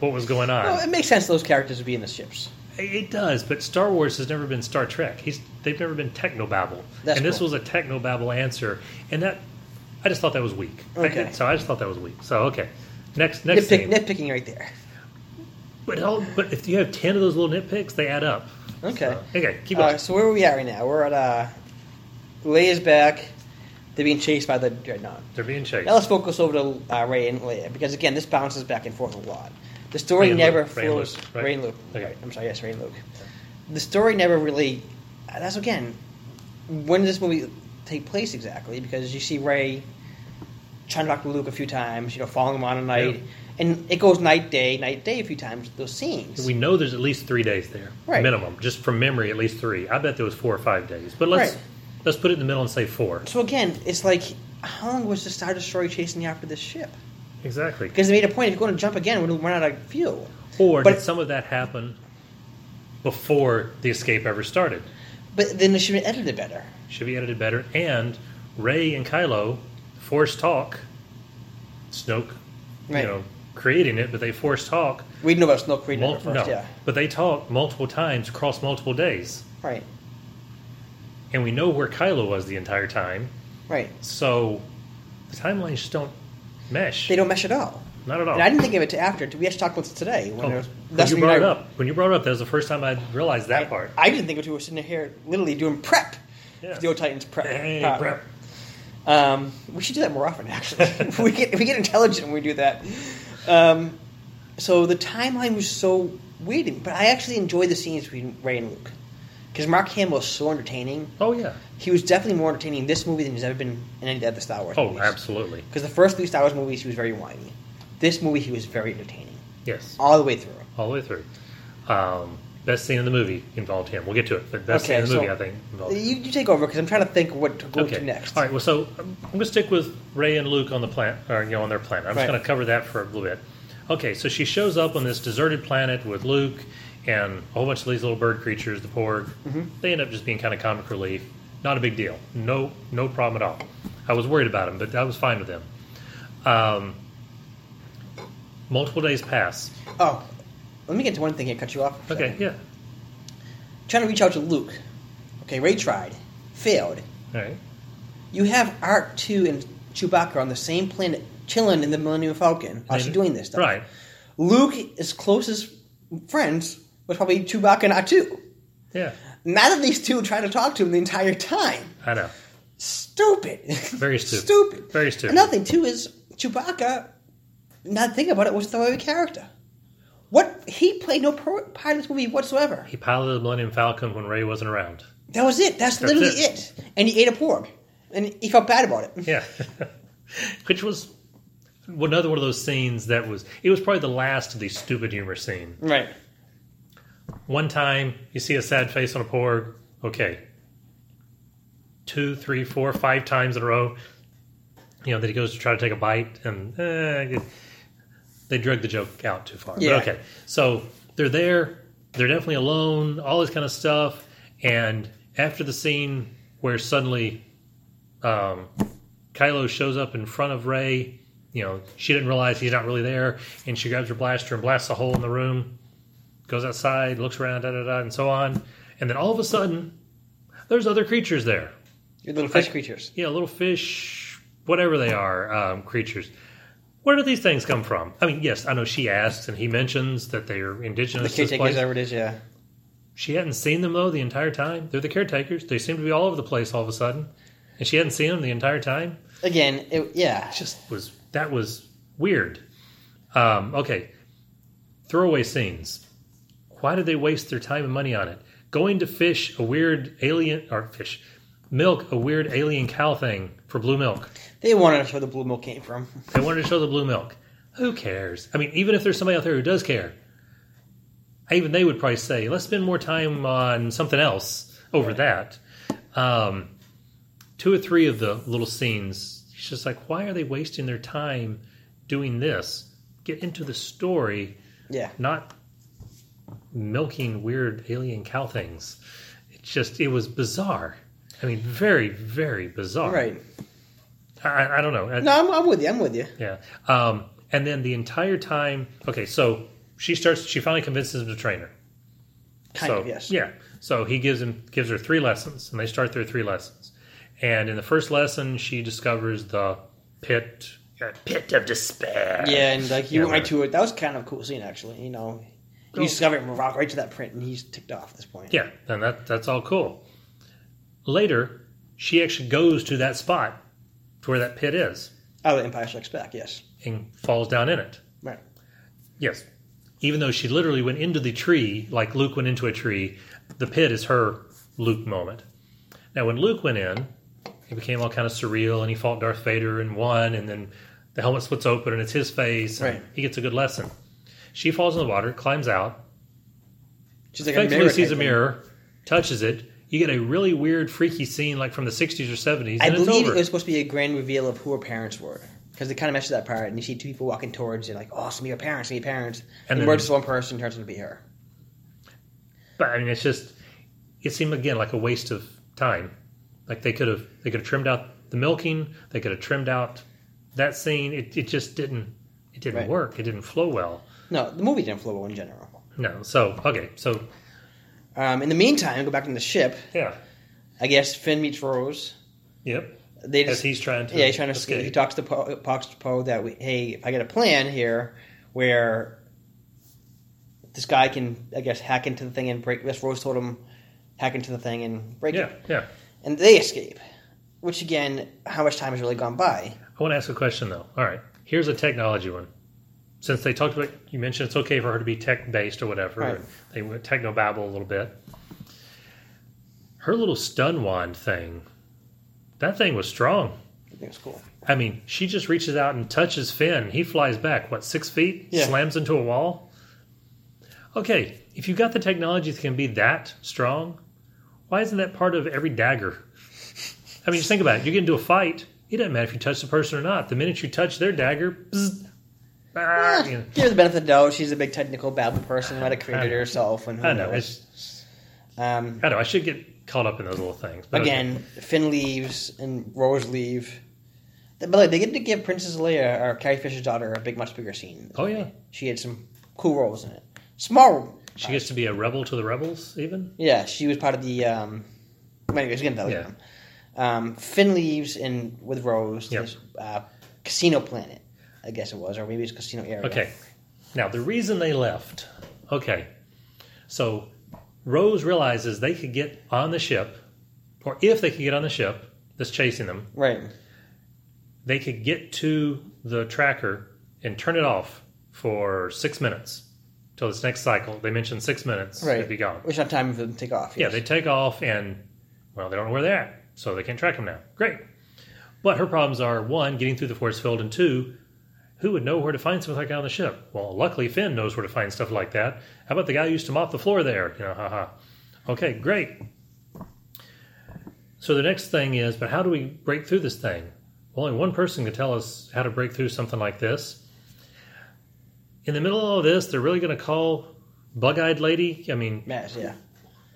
Speaker 1: what was going on.
Speaker 2: Well, it makes sense those characters would be in the ships.
Speaker 1: It does, but Star Wars has never been Star Trek. He's, they've never been technobabble,
Speaker 2: That's
Speaker 1: and this
Speaker 2: cool.
Speaker 1: was a technobabble answer, and that I just thought that was weak. I-
Speaker 2: Okay.
Speaker 1: so I just thought that was weak. So okay, next next
Speaker 2: Nitpick,
Speaker 1: thing.
Speaker 2: nitpicking right there.
Speaker 1: but all, but if you have ten of those little nitpicks, they add up.
Speaker 2: Okay.
Speaker 1: So, okay, keep
Speaker 2: Uh,
Speaker 1: going.
Speaker 2: so where are we at right now? We're at uh, Leia's back. They're being chased by the dreadnought.
Speaker 1: They're being chased.
Speaker 2: Now let's focus over to uh, Ray and Leia because again, this bounces back and forth a lot. The story
Speaker 1: Ray and
Speaker 2: never
Speaker 1: Luke. Ray and
Speaker 2: flows.
Speaker 1: Luke, right?
Speaker 2: Ray and Luke.
Speaker 1: Okay.
Speaker 2: Right. I'm sorry. Yes, Ray and Luke. The story never really. uh, That's again. When did this movie take place exactly? Because you see Ray trying to talk to Luke a few times. You know, following him on a night, and it goes night day, night day a few times. Those scenes.
Speaker 1: We know there's at least three days there,
Speaker 2: Right.
Speaker 1: minimum, just from memory, at least three. I bet there was four or five days, but let's
Speaker 2: Right.
Speaker 1: let's put it in the middle and say four.
Speaker 2: So again, it's like how long was the Star Destroyer chasing after this ship?
Speaker 1: Exactly.
Speaker 2: Because they made a point if you're going to jump again, we're going to run out of fuel.
Speaker 1: Or
Speaker 2: But-
Speaker 1: did some of that happen before the escape ever started?
Speaker 2: But then they should have edited it better.
Speaker 1: should be edited better. And Ray and Kylo force talk. Snoke,
Speaker 2: Right.
Speaker 1: you know, creating it, but they force talk.
Speaker 2: We know about Snoke Creed
Speaker 1: mul-
Speaker 2: at first,
Speaker 1: no,
Speaker 2: yeah.
Speaker 1: but they talk multiple times across multiple days,
Speaker 2: Right,
Speaker 1: and we know where Kylo was the entire time.
Speaker 2: right.
Speaker 1: So the timelines just don't mesh.
Speaker 2: They don't mesh at all.
Speaker 1: Not at all.
Speaker 2: And I didn't think of it to after. We actually talked about this
Speaker 1: Oh,
Speaker 2: today. When
Speaker 1: when
Speaker 2: there was- that's
Speaker 1: you
Speaker 2: when
Speaker 1: brought it
Speaker 2: I-
Speaker 1: up, when you brought it up, that was the first time I realized that part.
Speaker 2: I didn't think of it. We were sitting here literally doing prep.
Speaker 1: Yeah.
Speaker 2: The old Titans prep.
Speaker 1: Hey,
Speaker 2: Uh,
Speaker 1: prep.
Speaker 2: Um, we should do that more often, actually. *laughs* we get we get intelligent when we do that. Um, so the timeline was so weird, to me, but I actually enjoyed the scenes between Ray and Luke because Mark Hamill was so entertaining.
Speaker 1: Oh yeah.
Speaker 2: He was definitely more entertaining in this movie than he's ever been in any of the other Star Wars.
Speaker 1: Oh,
Speaker 2: movies.
Speaker 1: absolutely.
Speaker 2: Because the first three Star Wars movies, he was very whiny. This movie, he was very entertaining
Speaker 1: Yes.
Speaker 2: all the way through.
Speaker 1: all the way through. Um, best scene in the movie involved him. We'll get to it, but best scene in the movie, I think, involved.
Speaker 2: you, you take over because I'm trying to think what to go to next.
Speaker 1: All right. Well, so um, I'm going to stick with Ray and Luke on the planet, or you know, on their planet. I'm
Speaker 2: Right.
Speaker 1: just going to cover that for a little bit. Okay, so she shows up on this deserted planet with Luke and a whole bunch of these little bird creatures. The Porg. They end up just being kind of comic relief. Not a big deal. No, no problem at all. I was worried about them, but I was fine with them. Um, multiple days pass.
Speaker 2: Oh, let me get to one thing here. Cut you off. for a
Speaker 1: Okay.
Speaker 2: second.
Speaker 1: Yeah.
Speaker 2: Trying to reach out to Luke. Okay, Ray tried, failed.
Speaker 1: All right.
Speaker 2: You have Art Two and Chewbacca on the same planet, chilling in the Millennium Falcon. How's she doing this? Stuff?
Speaker 1: Right.
Speaker 2: Luke is closest friends was probably Chewbacca and Art Two.
Speaker 1: Yeah.
Speaker 2: Neither of these two tried to talk to him the entire time.
Speaker 1: I know.
Speaker 2: Stupid. *laughs*
Speaker 1: Very stupid.
Speaker 2: stupid.
Speaker 1: Very stupid.
Speaker 2: Another thing too is Chewbacca. Not thinking about it was the way of character. What he played no pro- part in this movie whatsoever.
Speaker 1: He piloted the Millennium Falcon when Ray wasn't around.
Speaker 2: That was it. That's,
Speaker 1: That's
Speaker 2: literally
Speaker 1: it.
Speaker 2: it. And he ate a pork, and he felt bad about it.
Speaker 1: Yeah. *laughs* Which was another one of those scenes that was, it was probably the last of the stupid humor scene.
Speaker 2: Right.
Speaker 1: One time, you see a sad face on a porg, okay. Two, three, four, five times in a row, you know, that he goes to try to take a bite, and eh, they drug the joke out too far. But
Speaker 2: Yeah.
Speaker 1: okay. So they're there, they're definitely alone, all this kind of stuff, and after the scene where suddenly um, Kylo shows up in front of Ray. You know, she didn't realize he's not really there, and she grabs her blaster and blasts a hole in the room. Goes outside, looks around, da da da, and so on. And then all of a sudden, there's other creatures there.
Speaker 2: Your little fish creatures.
Speaker 1: Yeah, little fish, whatever they are, um, creatures. Where do these things come from? I mean, yes, I know she asks, and he mentions that they are
Speaker 2: The
Speaker 1: indigenous. to this
Speaker 2: caretakers,
Speaker 1: place.
Speaker 2: whatever it is, yeah.
Speaker 1: She hadn't seen them though the entire time. They're the caretakers. They seem to be all over the place all of a sudden, and she hadn't seen them the entire time.
Speaker 2: Again, it, yeah.
Speaker 1: It just was that was weird. Um, okay, throwaway scenes. Why did they waste their time and money on it? Going to fish a weird alien or fish milk a weird alien cow thing for blue milk.
Speaker 2: They wanted to show where the blue milk came from.
Speaker 1: They wanted to show the blue milk. Who cares? I mean, even if there's somebody out there who does care, even they would probably say, let's spend more time on something else over that. Um, two or three of the little scenes, it's just like, why are they wasting their time doing this? Get into the story,
Speaker 2: Yeah.
Speaker 1: not milking weird alien cow things. It's just, it was bizarre. I mean, very, very bizarre.
Speaker 2: Right.
Speaker 1: I- I, I don't know.
Speaker 2: No, I'm, I'm with you. I'm with you.
Speaker 1: Yeah. Um, and then the entire time, okay, so she starts. She finally convinces him to train her.
Speaker 2: Kind
Speaker 1: so,
Speaker 2: of, yes.
Speaker 1: Yeah. So he gives him gives her three lessons, and they start their three lessons. And in the first lesson, she discovers the pit, uh, pit of despair.
Speaker 2: Yeah, and like you
Speaker 1: Yeah,
Speaker 2: went right
Speaker 1: right.
Speaker 2: to it. That was kind of a cool scene, actually. You know, you
Speaker 1: Oh.
Speaker 2: discover it and rock right to that print, and he's ticked off at this point.
Speaker 1: Yeah. And that that's all cool. Later, she actually goes to that spot to where that pit is
Speaker 2: Oh, the Empire Strikes Back. Yes.
Speaker 1: and falls down in it.
Speaker 2: Right.
Speaker 1: Yes. Even though she literally went into the tree, like Luke went into a tree, the pit is her Luke moment. Now, when Luke went in, it became all kind of surreal, and he fought Darth Vader and won, and then the helmet splits open, and it's his face. and
Speaker 2: Right.
Speaker 1: He gets a good lesson. She falls in the water, climbs out,
Speaker 2: She's like
Speaker 1: thankfully sees
Speaker 2: type
Speaker 1: a
Speaker 2: thing.
Speaker 1: mirror, touches it. You get a really weird, freaky scene, like from the '60s or '70s,
Speaker 2: I
Speaker 1: and it's
Speaker 2: believe
Speaker 1: over.
Speaker 2: it was supposed to be a grand reveal of who her parents were. Because they kind of meshed that part, and you see two people walking towards you, like, oh, it's gonna be your parents, it's gonna be your parents. And,
Speaker 1: And
Speaker 2: you
Speaker 1: then-
Speaker 2: murder this one person, turns out to be her.
Speaker 1: But I mean, it's just it seemed again like a waste of time. Like they could have they could have trimmed out the milking, they could have trimmed out that scene. It it just didn't it didn't
Speaker 2: Right.
Speaker 1: work. It didn't flow well.
Speaker 2: No, the movie didn't flow well in general.
Speaker 1: No. So okay. So
Speaker 2: Um, in the meantime, go back on the ship.
Speaker 1: yeah.
Speaker 2: I guess Finn meets Rose.
Speaker 1: Yep.
Speaker 2: They
Speaker 1: As
Speaker 2: just,
Speaker 1: he's trying to
Speaker 2: yeah, he's trying to
Speaker 1: escape.
Speaker 2: He talks to Poe talks to Poe that we, hey, if I get a plan here where this guy can, I guess, hack into the thing and break. Yes, Rose told him hack into the thing and break
Speaker 1: yeah.
Speaker 2: it,
Speaker 1: Yeah.
Speaker 2: and they escape. Which again, how much time has really gone by?
Speaker 1: I want to ask a question though. All right. Here's a technology one. Since they talked about you mentioned it's okay for her to be tech based or whatever.
Speaker 2: Right.
Speaker 1: They went techno babble a little bit. Her little stun wand thing. That thing was strong.
Speaker 2: I think it's cool.
Speaker 1: I mean, she just reaches out and touches Finn. He flies back, what, six feet?
Speaker 2: Yeah.
Speaker 1: Slams into a wall? Okay, if you've got the technology that can be that strong, why isn't that part of every dagger? I mean, just think about it. You get into a fight, it doesn't matter if you touch the person or not. The minute you touch their dagger, bzzz, ah, you know.
Speaker 2: Give her the benefit of the doubt. She's a big technical babble person. Might have created it herself, and who
Speaker 1: I know.
Speaker 2: knows?
Speaker 1: It's,
Speaker 2: Um,
Speaker 1: I know. I should get caught up in those little things. but okay.
Speaker 2: again, Finn leaves and Rose leave. By the way, they get to give Princess Leia, or Carrie Fisher's daughter, a big, much bigger scene.
Speaker 1: Oh, yeah.
Speaker 2: She had some cool roles in it. Small,
Speaker 1: She gets to be a rebel to the rebels, even?
Speaker 2: yeah. She was part of the. Um, anyways, again, that
Speaker 1: Yeah.
Speaker 2: yeah. um, Finn leaves and with Rose.
Speaker 1: Yep.
Speaker 2: This, uh, Casino Planet, I guess it was, or maybe it's Casino Area.
Speaker 1: Okay. Now, the reason they left. Okay. So Rose realizes they could get on the ship, or if they could get on the ship that's chasing them,
Speaker 2: right.
Speaker 1: they could get to the tracker and turn it off for six minutes till this next cycle. They mentioned six minutes.
Speaker 2: Right.
Speaker 1: It'd be gone.
Speaker 2: It's not time for them to take off.
Speaker 1: Yeah,
Speaker 2: yes.
Speaker 1: they take off and, well, they don't know where they're at, so they can't track them now. Great. But her problems are one, getting through the force field, and two, who would know where to find something like that on the ship? Well, luckily Finn knows where to find stuff like that. How about the guy who used to mop the floor there? You know, haha. Okay, great. So the next thing is, but how do we break through this thing? Well, only one person can tell us how to break through something like this. In the middle of all this, they're really going to call Bug Eyed Lady? I mean,
Speaker 2: Mass, yeah.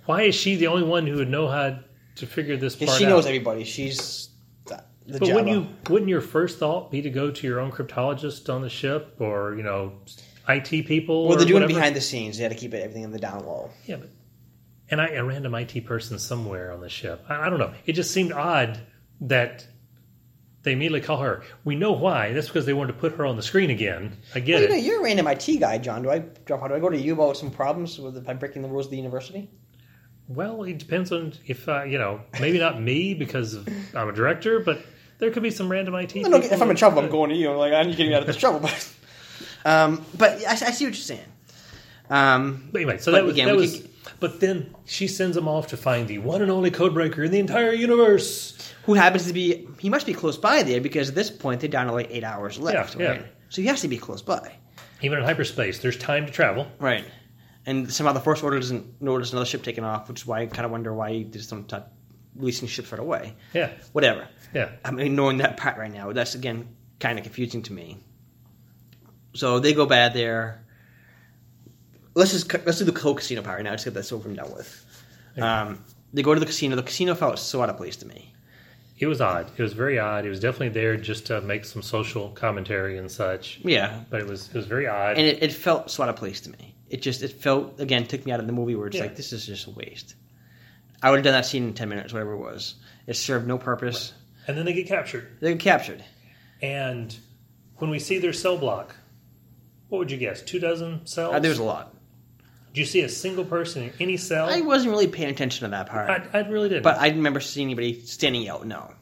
Speaker 1: Why is she the only one who would know how to figure this part
Speaker 2: Because she
Speaker 1: out?
Speaker 2: knows everybody. She's the, the
Speaker 1: but wouldn't
Speaker 2: Jabba.
Speaker 1: you wouldn't your first thought be to go to your own cryptologist on the ship or you know IT people? or
Speaker 2: Well, they're doing it
Speaker 1: whatever?
Speaker 2: behind the scenes. They had to keep it, everything in the down low.
Speaker 1: Yeah, but and I, a random IT person somewhere on the ship. I, I don't know. It just seemed odd that they immediately call her. We know why. That's because they wanted to put her on the screen again. I get
Speaker 2: Well, you know,
Speaker 1: it.
Speaker 2: you're a random IT guy, John. Do I drop? How do I go to you about some problems with by breaking the rules of the university?
Speaker 1: Well, it depends on if uh, you know. Maybe not me because of, I'm a director, but there could be some random IT.
Speaker 2: I don't,
Speaker 1: people
Speaker 2: if I'm in
Speaker 1: that-
Speaker 2: trouble, I'm going to you. I'm like, I need to get me out of this trouble. But, *laughs* um, but I, I see what you're saying. Um,
Speaker 1: But anyway, so
Speaker 2: But
Speaker 1: that was
Speaker 2: again,
Speaker 1: that
Speaker 2: we
Speaker 1: was. But then she sends them off to find the one and only codebreaker in the entire universe.
Speaker 2: who happens to be? He must be close by there because at this point they're down to like eight hours left.
Speaker 1: Yeah, yeah.
Speaker 2: right? So he has to be close by,
Speaker 1: Even in hyperspace, there's time to travel.
Speaker 2: right? And somehow the First Order doesn't notice another ship taking off, which is why I kind of wonder why they just don't start releasing ships right away.
Speaker 1: Yeah,
Speaker 2: Whatever.
Speaker 1: yeah.
Speaker 2: I'm ignoring that part right now. That's again kind of confusing to me. So they go bad there. Let's just cu- let's do the whole casino part right now. Just get this over and done with. Um, they go to the casino. The casino felt so out of place to me.
Speaker 1: It was odd. It was very odd. It was definitely there just to make some social commentary and such.
Speaker 2: Yeah,
Speaker 1: But it was it was very odd.
Speaker 2: and it, it felt so out of place to me. It just it felt again took me out of the movie where it's
Speaker 1: Yeah.
Speaker 2: like this is just a waste. I would have done that scene in ten minutes, whatever it was. It served no purpose.
Speaker 1: and then they get captured.
Speaker 2: They get captured.
Speaker 1: And when we see their cell block, what would you guess? Two dozen cells.
Speaker 2: Uh, there was a lot.
Speaker 1: Did you see a single person in any cell?
Speaker 2: I wasn't really paying attention to that part,
Speaker 1: I, I really didn't.
Speaker 2: but I didn't remember seeing anybody standing out. No.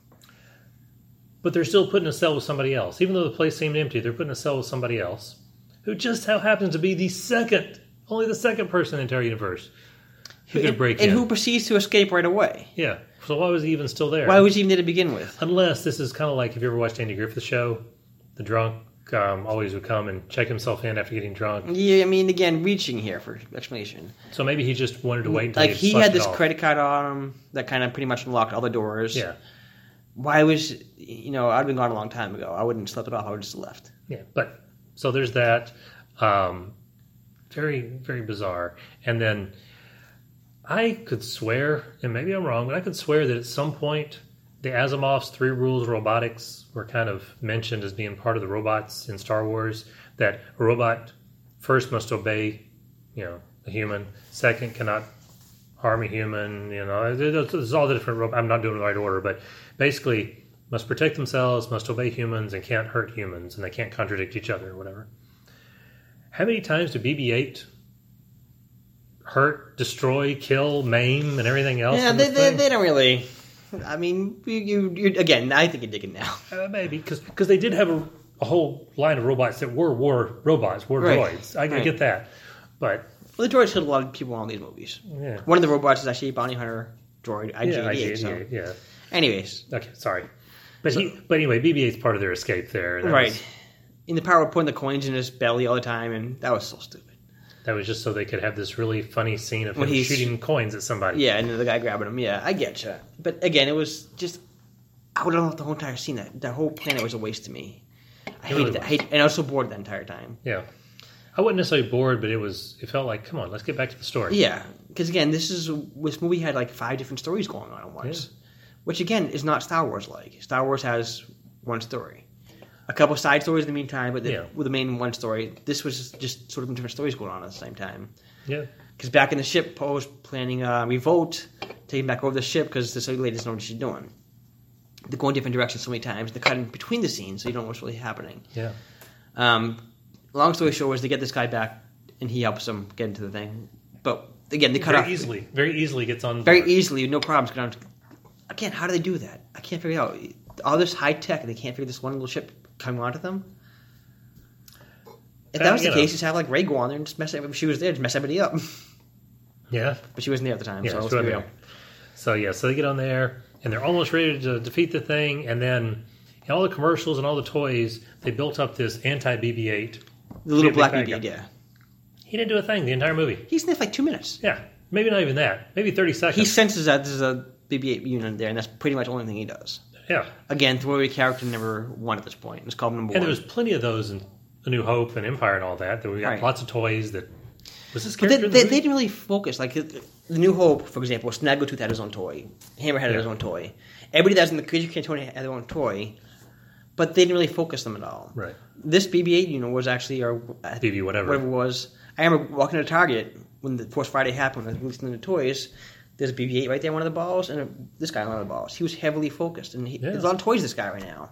Speaker 1: But they're still put in a cell with somebody else. Even though the place seemed empty, they're put in a cell with somebody else who just how happens to be the second, only the second person in the entire universe who could
Speaker 2: and,
Speaker 1: break
Speaker 2: and
Speaker 1: in.
Speaker 2: who proceeds to escape right away.
Speaker 1: yeah. So why was he even still there?
Speaker 2: Why was he even there to begin with?
Speaker 1: Unless this is kind of like if you ever watched Andy Griffith show, the drunk um, always would come and check himself in after getting drunk.
Speaker 2: Yeah, I mean, again, reaching here for explanation.
Speaker 1: So maybe he just wanted to wait until
Speaker 2: Mm, Like he had this
Speaker 1: credit.
Speaker 2: credit card on him that kind of pretty much unlocked all the doors.
Speaker 1: Yeah,
Speaker 2: Why was you know I'd been gone a long time ago. I wouldn't have slept it off. I would have just left.
Speaker 1: yeah. But so there's that. Um, very very bizarre. And then I could swear, and maybe I'm wrong, but I could swear that at some point the Asimov's three rules of robotics were kind of mentioned as being part of the robots in Star Wars. That a robot first must obey, you know, a human. Second, cannot harm a human. You know, there's all the different. ro- I'm not doing it in the right order, but basically, must protect themselves, must obey humans, and can't hurt humans, and they can't contradict each other or whatever. How many times did BB-8 hurt, destroy, kill, maim, and everything else?
Speaker 2: Yeah,
Speaker 1: in
Speaker 2: they,
Speaker 1: this
Speaker 2: they,
Speaker 1: thing?
Speaker 2: they don't really. I mean, you, you, you again. I think you're digging now. *laughs*
Speaker 1: Uh, maybe because they did have a, a whole line of robots that were war robots, were
Speaker 2: Right.
Speaker 1: droids. I, I
Speaker 2: Right.
Speaker 1: get that, but
Speaker 2: Well, the droids killed a lot of people in all these movies.
Speaker 1: yeah,
Speaker 2: One of the robots is actually a bounty hunter droid.
Speaker 1: yeah,
Speaker 2: IG-88,
Speaker 1: I get-
Speaker 2: so.
Speaker 1: yeah.
Speaker 2: Anyways,
Speaker 1: Okay, sorry, but he, but anyway, BB-8's part of their escape there. and that
Speaker 2: right.
Speaker 1: was-
Speaker 2: In the power of putting the coins in his belly all the time, and that was so stupid.
Speaker 1: That was just so they could have this really funny scene of
Speaker 2: When
Speaker 1: him
Speaker 2: he's-
Speaker 1: shooting coins at somebody.
Speaker 2: Yeah, and then the guy grabbing him. Yeah, I get you. But again, it was just I would have loved the whole entire scene. That that whole planet was a waste to me. I hated
Speaker 1: really
Speaker 2: that. I hate, and I was so bored the entire time.
Speaker 1: Yeah. I wasn't necessarily bored, but it was. It felt like, come on, let's get back to the story.
Speaker 2: Yeah, because again, this is this movie had like five different stories going on at once, which again is not Star Wars like. Star Wars has one story, a couple side stories in the meantime, but the,
Speaker 1: Yeah.
Speaker 2: with the main one story. This was just sort of different stories going on at the same time.
Speaker 1: Yeah.
Speaker 2: Because back in the ship, Poe was planning a revolt, taking back over the ship because this other lady doesn't know what she's doing. They're going different directions so many times. They're cutting between the scenes, so you don't know what's really happening.
Speaker 1: Yeah.
Speaker 2: Um, long story short, is they get this guy back, and he helps them get into the thing. But again, they cut
Speaker 1: very
Speaker 2: off
Speaker 1: easily. Very easily gets on.
Speaker 2: very e-
Speaker 1: board.
Speaker 2: easily, no problems. Get on. Again, how do they do that? I can't figure it out. All this high tech, and they can't figure this one little ship coming onto them. If
Speaker 1: Uh,
Speaker 2: that was
Speaker 1: you
Speaker 2: the
Speaker 1: know.
Speaker 2: case, just have like Ray go on there and just mess. If she was there, just mess everybody up. *laughs*
Speaker 1: Yeah.
Speaker 2: But she wasn't there at the time,
Speaker 1: Yeah.
Speaker 2: so
Speaker 1: it's
Speaker 2: let's
Speaker 1: right
Speaker 2: be real.
Speaker 1: there. So yeah, so they get on there and they're almost ready to defeat the thing, and then in all the commercials and all the toys, they built up this anti-BB-8.
Speaker 2: The little
Speaker 1: Yeah,
Speaker 2: black
Speaker 1: big
Speaker 2: BB,
Speaker 1: bad guy.
Speaker 2: yeah.
Speaker 1: He didn't do a thing the entire movie.
Speaker 2: He sniffed like two minutes.
Speaker 1: Yeah. Maybe not even that. Maybe thirty seconds.
Speaker 2: He senses that there's a BB-8 unit there, and that's pretty much the only thing he does.
Speaker 1: yeah.
Speaker 2: Again, throwaway character number one at this point. It's called number
Speaker 1: And there was
Speaker 2: one.
Speaker 1: plenty of those in A New Hope and Empire and all that. That we got
Speaker 2: Right.
Speaker 1: lots of toys that Was this
Speaker 2: But they,
Speaker 1: character in the
Speaker 2: they,
Speaker 1: movie?
Speaker 2: they didn't really focus. Like the New Hope, for example, Snaggletooth had his own toy. Hammer had his
Speaker 1: Yeah.
Speaker 2: own toy. Everybody that was in the Crazy Cantoni had their own toy, but they didn't really focus them at all.
Speaker 1: Right.
Speaker 2: This BB-8 unit was actually our
Speaker 1: BB whatever.
Speaker 2: whatever it was. I remember walking to Target when the Force Friday happened. and Releasing the toys. There's a BB-8 right there, on one of the balls, and a, this guy on one of the balls. He was heavily focused, and he,
Speaker 1: Yeah.
Speaker 2: there's a lot of toys. This guy right now.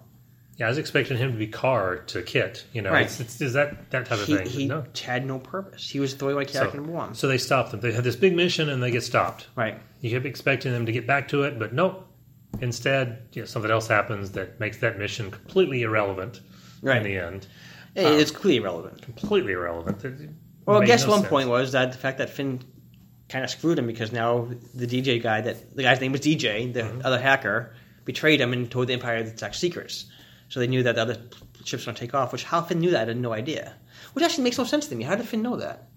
Speaker 1: Yeah, I was expecting him to be Car to Kit. You know,
Speaker 2: Right.
Speaker 1: it's, it's, is that that type of
Speaker 2: He,
Speaker 1: thing?
Speaker 2: he
Speaker 1: no.
Speaker 2: had no purpose. He was throwaway character number one.
Speaker 1: so they stop them. They have this big mission and they get stopped.
Speaker 2: Right.
Speaker 1: You kept expecting them to get back to it, but nope. Instead, you know, something else happens that makes that mission completely irrelevant
Speaker 2: Right.
Speaker 1: in the end.
Speaker 2: Hey, it's clearly irrelevant.
Speaker 1: Completely irrelevant. It
Speaker 2: Well, I
Speaker 1: made
Speaker 2: guess
Speaker 1: no
Speaker 2: one
Speaker 1: sense.
Speaker 2: point was that the fact that Finn kind of screwed him because now the DJ guy that the guy's name was DJ, the
Speaker 1: Mm-hmm.
Speaker 2: other hacker, betrayed him and told the Empire the exact secrets. So they knew that the other ships were going to take off. Which how Finn knew that, I had no idea. Which actually makes no sense to me. How did Finn know that?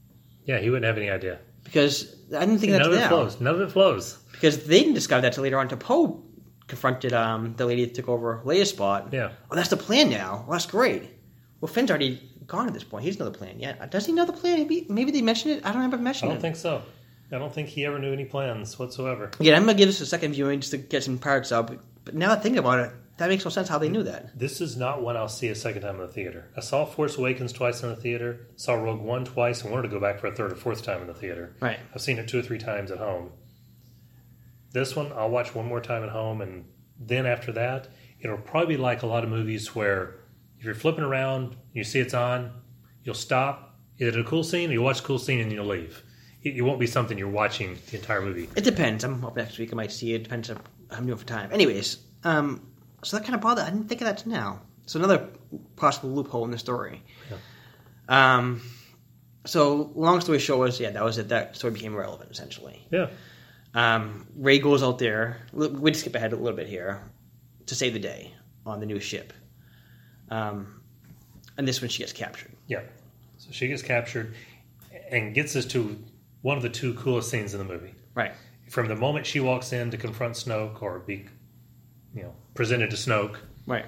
Speaker 1: Yeah, he wouldn't have any idea.
Speaker 2: Because I didn't think
Speaker 1: None
Speaker 2: that's
Speaker 1: of it
Speaker 2: them.
Speaker 1: flows. None of it flows.
Speaker 2: Because they didn't discover that till later on. To Poe confronted um, the lady that took over Leia's spot.
Speaker 1: Yeah.
Speaker 2: Oh, that's the plan now. Well, that's great. Well, Finn's already gone at this point. He doesn't know the plan yet. Does he know the plan? Maybe, maybe they mentioned it. I don't remember
Speaker 1: I
Speaker 2: mentioning
Speaker 1: don't
Speaker 2: it.
Speaker 1: think so. I don't think he ever knew any plans whatsoever.
Speaker 2: Again, I'm gonna give this a second viewing just to get some parts up. But now that I think about it, that makes no sense how they knew that.
Speaker 1: This is not one I'll see a second time in the theater. I saw Force Awakens twice in the theater, saw Rogue One twice, and wanted to go back for a third or fourth time in the theater.
Speaker 2: Right.
Speaker 1: I've seen it two or three times at home. This one I'll watch one more time at home, and then after that, it'll probably be like a lot of movies where if you're flipping around, you see it's on, you'll stop. Is it a cool scene? You watch a cool scene and you'll leave. It, it won't be something you're watching the entire movie.
Speaker 2: It depends. I'm up next week. I might see it. Depends on I'm doing for time. Anyways, um, so that kind of bothered. I didn't think of that till now. So another possible loophole in the story. Um, so long story short was yeah that was it. That story became irrelevant essentially.
Speaker 1: Yeah.
Speaker 2: Um, Ray goes out there. l- We'd skip ahead a little bit here to save the day on the new ship. Um, and this one she gets captured.
Speaker 1: Yeah. So she gets captured and gets us to one of the two coolest scenes in the movie.
Speaker 2: Right.
Speaker 1: From the moment she walks in to confront Snoke or be, you know, presented to Snoke
Speaker 2: Right.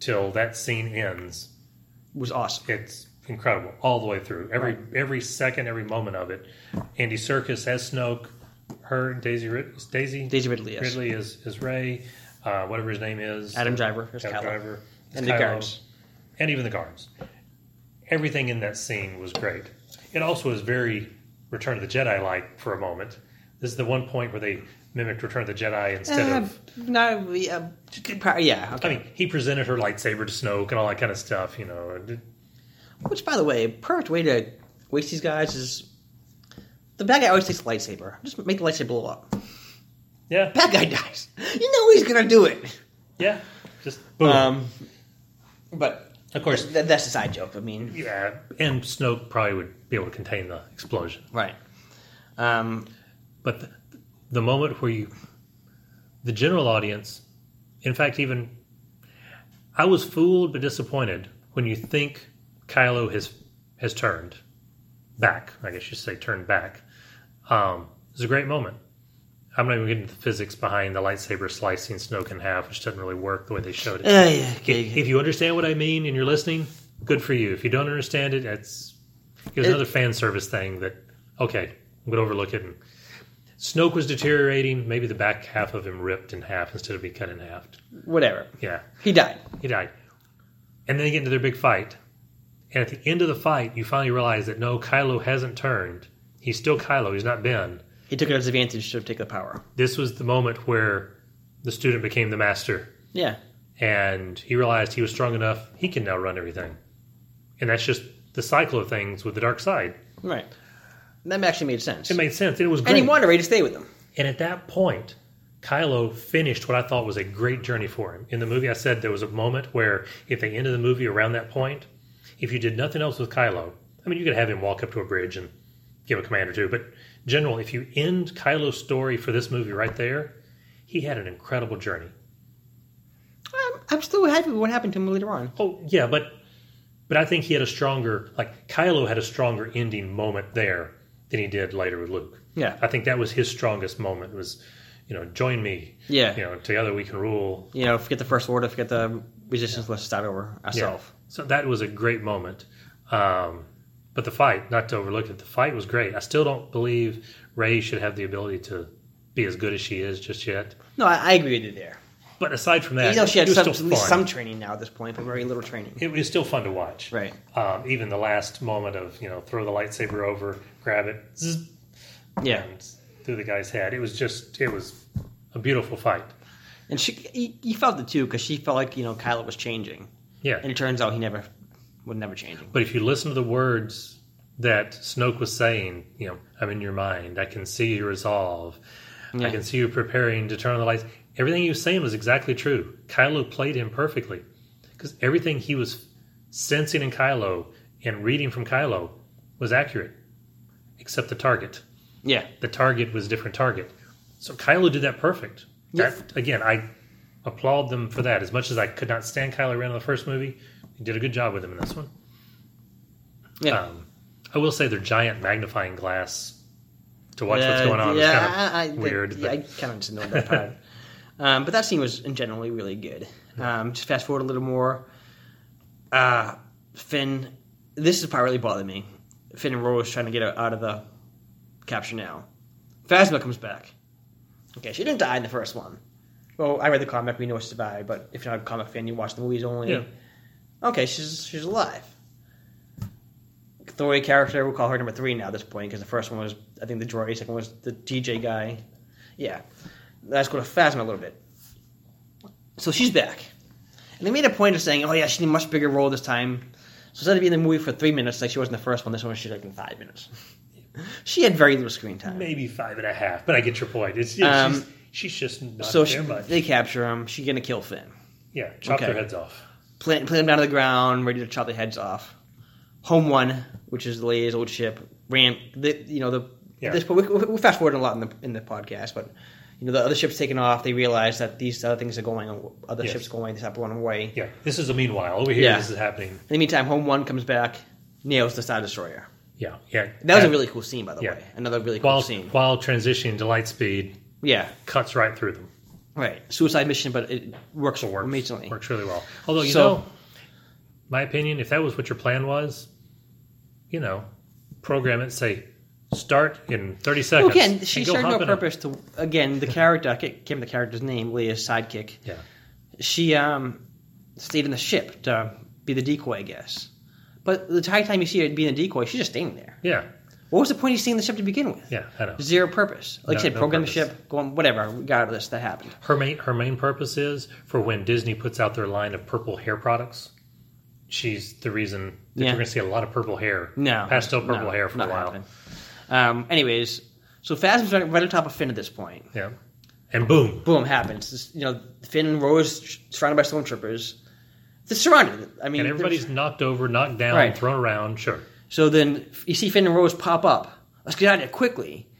Speaker 1: till that scene ends,
Speaker 2: was awesome.
Speaker 1: it's incredible all the way through. Every every second, every moment of it. Andy Circus as Snoke, her Daisy Rid- Daisy
Speaker 2: Daisy Ridley, yes.
Speaker 1: Ridley is is Ray, uh, whatever his name is,
Speaker 2: Adam Driver as
Speaker 1: Adam
Speaker 2: Kylo.
Speaker 1: Driver, as
Speaker 2: And the
Speaker 1: Kylo.
Speaker 2: guards.
Speaker 1: and even the guards. Everything in that scene was great. It also was very Return of the Jedi like for a moment. This is the one point where they mimicked Return of the Jedi instead
Speaker 2: Uh,
Speaker 1: of.
Speaker 2: no, we, uh, pro- yeah,
Speaker 1: I
Speaker 2: okay.
Speaker 1: mean, he presented her lightsaber to Snoke and all that kind of stuff, you know. and-
Speaker 2: Which, by the way, perfect way to waste these guys is the bad guy always takes the lightsaber. Just make the lightsaber blow up.
Speaker 1: Yeah,
Speaker 2: Bad guy *laughs* dies. You know he's gonna do it.
Speaker 1: yeah. Just boom.
Speaker 2: Um, but
Speaker 1: of course,
Speaker 2: th- that's a side joke. I mean,
Speaker 1: Yeah, and Snoke probably would be able to contain the explosion.
Speaker 2: right. Um,
Speaker 1: But the, the moment where you, the general audience, in fact, even I was fooled but disappointed when you think Kylo has has turned back. I guess you say turned back. Um, it's a great moment. I'm not even getting into the physics behind the lightsaber slicing Snoke in half, which doesn't really work the way they showed it.
Speaker 2: uh, yeah, okay,
Speaker 1: If, if you understand what I mean and you're listening, good for you. If you don't understand it, it's it was
Speaker 2: It-
Speaker 1: another fan service thing that okay, I'm gonna overlook it. And Snoke was deteriorating. Maybe the back half of him ripped in half instead of being cut in half.
Speaker 2: whatever.
Speaker 1: Yeah,
Speaker 2: He died.
Speaker 1: he died. And then they get into their big fight. And at the end of the fight, you finally realize that no, Kylo hasn't turned. He's still Kylo. He's not Ben.
Speaker 2: He took it as advantage to take the power.
Speaker 1: This was the moment where the student became the master.
Speaker 2: Yeah.
Speaker 1: and he realized he was strong enough he can now run everything and that's just the cycle of things with the dark side
Speaker 2: Right. That actually made sense.
Speaker 1: it made sense it was
Speaker 2: and
Speaker 1: great
Speaker 2: he wanted Ray to stay with him.
Speaker 1: and at that point kylo finished what i thought was a great journey for him in the movie i said there was a moment where if they ended the movie around that point if you did nothing else with kylo i mean you could have him walk up to a bridge and give a command or two but general if you end kylo's story for this movie right there he had an incredible journey
Speaker 2: I'm, I'm still happy with what happened to him later on.
Speaker 1: Oh yeah, but but I think he had a stronger like Kylo had a stronger ending moment there than he did later with Luke.
Speaker 2: Yeah.
Speaker 1: I think that was his strongest moment was, you know, join me.
Speaker 2: Yeah.
Speaker 1: You know, together we can rule.
Speaker 2: You know, forget the First Order, forget the Resistance, let's start over
Speaker 1: Yeah.
Speaker 2: ourselves.
Speaker 1: So that was a great moment. Um, But the fight, not to overlook it, the fight was great. I still don't believe Ray should have the ability to be as good as she is just yet.
Speaker 2: No, I, I agree with you there.
Speaker 1: But aside from that,
Speaker 2: you know, she had
Speaker 1: it was
Speaker 2: some, at
Speaker 1: still
Speaker 2: least
Speaker 1: fun.
Speaker 2: some training now at this point, but very little training.
Speaker 1: it was still fun to watch.
Speaker 2: Right.
Speaker 1: Um, even the last moment of you know throw the lightsaber over, grab it, zzz,
Speaker 2: Yeah.
Speaker 1: and through the guy's head. It was just it was a beautiful fight.
Speaker 2: And she, you, you felt it too, because she felt like, you know, Kylo was changing.
Speaker 1: Yeah.
Speaker 2: And it turns out he never, would never change him.
Speaker 1: But if you listen to the words that Snoke was saying, you know, I'm in your mind. I can see your resolve.
Speaker 2: Yeah.
Speaker 1: I can see you preparing to turn on the lights. Everything he was saying was exactly true. Kylo played him perfectly because everything he was sensing in Kylo and reading from Kylo was accurate, except the target.
Speaker 2: Yeah.
Speaker 1: The target was a different target. So Kylo did that perfect.
Speaker 2: Yeah.
Speaker 1: That, again, I applaud them for that. As much as I could not stand Kylo Ren in the first movie, he did a good job with him in this one.
Speaker 2: Yeah.
Speaker 1: Um, I will say their giant magnifying glass to watch what's
Speaker 2: Yeah,
Speaker 1: going on
Speaker 2: yeah,
Speaker 1: is
Speaker 2: I- I-
Speaker 1: kind of weird.
Speaker 2: Yeah,
Speaker 1: but
Speaker 2: I kind of just know that
Speaker 1: *laughs*
Speaker 2: part. um, but that scene was generally really good. Um, just fast forward a little more. Uh, Finn, this is the part that really bothered me. Finn and Rose trying to get out of the capture now. Phasma comes back. Okay, she didn't die in the first one. Well, I read the comic. We know she survived, but if you're not a comic fan, you watch the movies only.
Speaker 1: Yeah.
Speaker 2: Okay, she's she's alive. Thori character, we'll call her number three now at this point because the first one was I think the droid, second one was the TJ guy. Yeah, let's go to Phasma a little bit. So she's back, and they made a point of saying, "Oh yeah, she did a much bigger role this time." So instead of being in the movie for three minutes, like she was in the first one, this one she's like in five minutes. *laughs* She had very little screen time.
Speaker 1: maybe five and a half. But I get your point. It's, yeah, she's, she's just not
Speaker 2: Um, So she,
Speaker 1: there much.
Speaker 2: they capture him. She's gonna kill Finn.
Speaker 1: yeah, chop
Speaker 2: okay.
Speaker 1: their heads off.
Speaker 2: plant, plant them down to the ground, ready to chop their heads off. Home One, which is Leia's old ship, ran. The, you know the
Speaker 1: Yeah.
Speaker 2: this, but we, we we fast forward a lot in the in the podcast, but you know the other ship's taken off. They realize that these other things are going, other
Speaker 1: Yes.
Speaker 2: ships going, they start blowing away.
Speaker 1: Yeah, this is a meanwhile. Over here,
Speaker 2: Yeah.
Speaker 1: this is happening.
Speaker 2: In the meantime, Home One comes back, nails the Star Destroyer.
Speaker 1: Yeah, yeah.
Speaker 2: And that was a
Speaker 1: And
Speaker 2: really cool scene, by the
Speaker 1: Yeah.
Speaker 2: way. Another really cool
Speaker 1: while,
Speaker 2: scene.
Speaker 1: while transitioning to light speed,
Speaker 2: Yeah,
Speaker 1: cuts right through them.
Speaker 2: right. Suicide mission, but it works.
Speaker 1: It works.
Speaker 2: amazingly.
Speaker 1: Works really well. Although, you
Speaker 2: So-
Speaker 1: know, my opinion, if that was what your plan was, you know, program it, say, start in 30
Speaker 2: Well,
Speaker 1: seconds.
Speaker 2: again, she
Speaker 1: and go
Speaker 2: served
Speaker 1: hop
Speaker 2: no
Speaker 1: in a-
Speaker 2: purpose to. Again, the character I can't remember the character's name, Leia's sidekick.
Speaker 1: Yeah.
Speaker 2: she um, stayed in the ship to be the decoy, I guess. But the entire time you see her being a decoy, she's just staying there.
Speaker 1: Yeah.
Speaker 2: What was the point of staying in the ship to begin with?
Speaker 1: Yeah. I know.
Speaker 2: Zero purpose. Like I
Speaker 1: No-
Speaker 2: said,
Speaker 1: no
Speaker 2: program the
Speaker 1: purpose.
Speaker 2: ship, go on, whatever, regardless, that happened.
Speaker 1: Her main her main purpose is for when Disney puts out their line of purple hair products. She's the reason that
Speaker 2: Yeah.
Speaker 1: you're going to see a lot of purple hair.
Speaker 2: No.
Speaker 1: pastel purple
Speaker 2: no,
Speaker 1: hair for a
Speaker 2: not
Speaker 1: while.
Speaker 2: happening. Um, anyways, so Phasma's right, right on top of Finn at this point.
Speaker 1: Yeah, and boom.
Speaker 2: Boom, happens. This- you know, Finn and Rose surrounded by stormtroopers. They're surrounded. I mean,
Speaker 1: And everybody's knocked over, knocked down,
Speaker 2: Right.
Speaker 1: thrown around. Sure.
Speaker 2: So then you see Finn and Rose pop up. Let's get out of here quickly.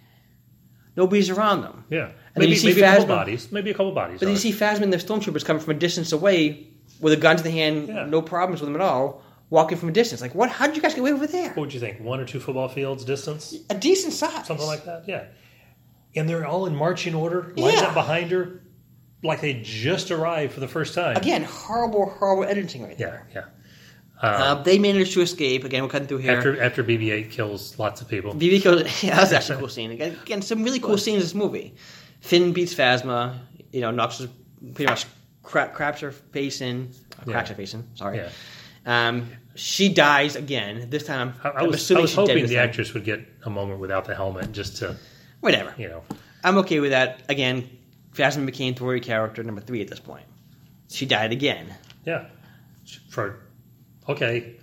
Speaker 2: Nobody's around them.
Speaker 1: Yeah.
Speaker 2: then
Speaker 1: Maybe,
Speaker 2: you see
Speaker 1: maybe a couple
Speaker 2: Phasma-
Speaker 1: bodies. Maybe a couple bodies.
Speaker 2: But
Speaker 1: are.
Speaker 2: you see Phasma and the stormtroopers coming from a distance away with a gun to the hand,
Speaker 1: Yeah.
Speaker 2: no problems with them at all, walking from a distance. Like, what? How did you guys get away over there?
Speaker 1: what would you think? One or two football fields distance,
Speaker 2: A decent size.
Speaker 1: something like that. Yeah. And they're all in marching order, lined
Speaker 2: Yeah.
Speaker 1: up behind her, like they just arrived for the first time.
Speaker 2: Again, horrible, horrible editing right
Speaker 1: Yeah.
Speaker 2: there.
Speaker 1: Yeah.
Speaker 2: Uh, they managed to escape. Again, we're cutting through here.
Speaker 1: After after BB-8 kills lots of people.
Speaker 2: BB kills. *laughs* Yeah, that was actually a cool scene. Again, again, some really cool scenes in this movie. Finn beats Phasma. You know, knocks her, pretty much cra- craps her face in. Uh, cracks
Speaker 1: Yeah.
Speaker 2: her face in. Sorry.
Speaker 1: Yeah.
Speaker 2: Um, she dies again. This time, I'm,
Speaker 1: I, I
Speaker 2: I'm
Speaker 1: was, I
Speaker 2: assuming
Speaker 1: was
Speaker 2: she's dead.
Speaker 1: hoping
Speaker 2: this
Speaker 1: the
Speaker 2: time.
Speaker 1: actress would get a moment without the helmet just to,
Speaker 2: Whatever.
Speaker 1: you know.
Speaker 2: I'm okay with that. Again, Phasma became Tory character number three at this point. She died again.
Speaker 1: Yeah. For, okay.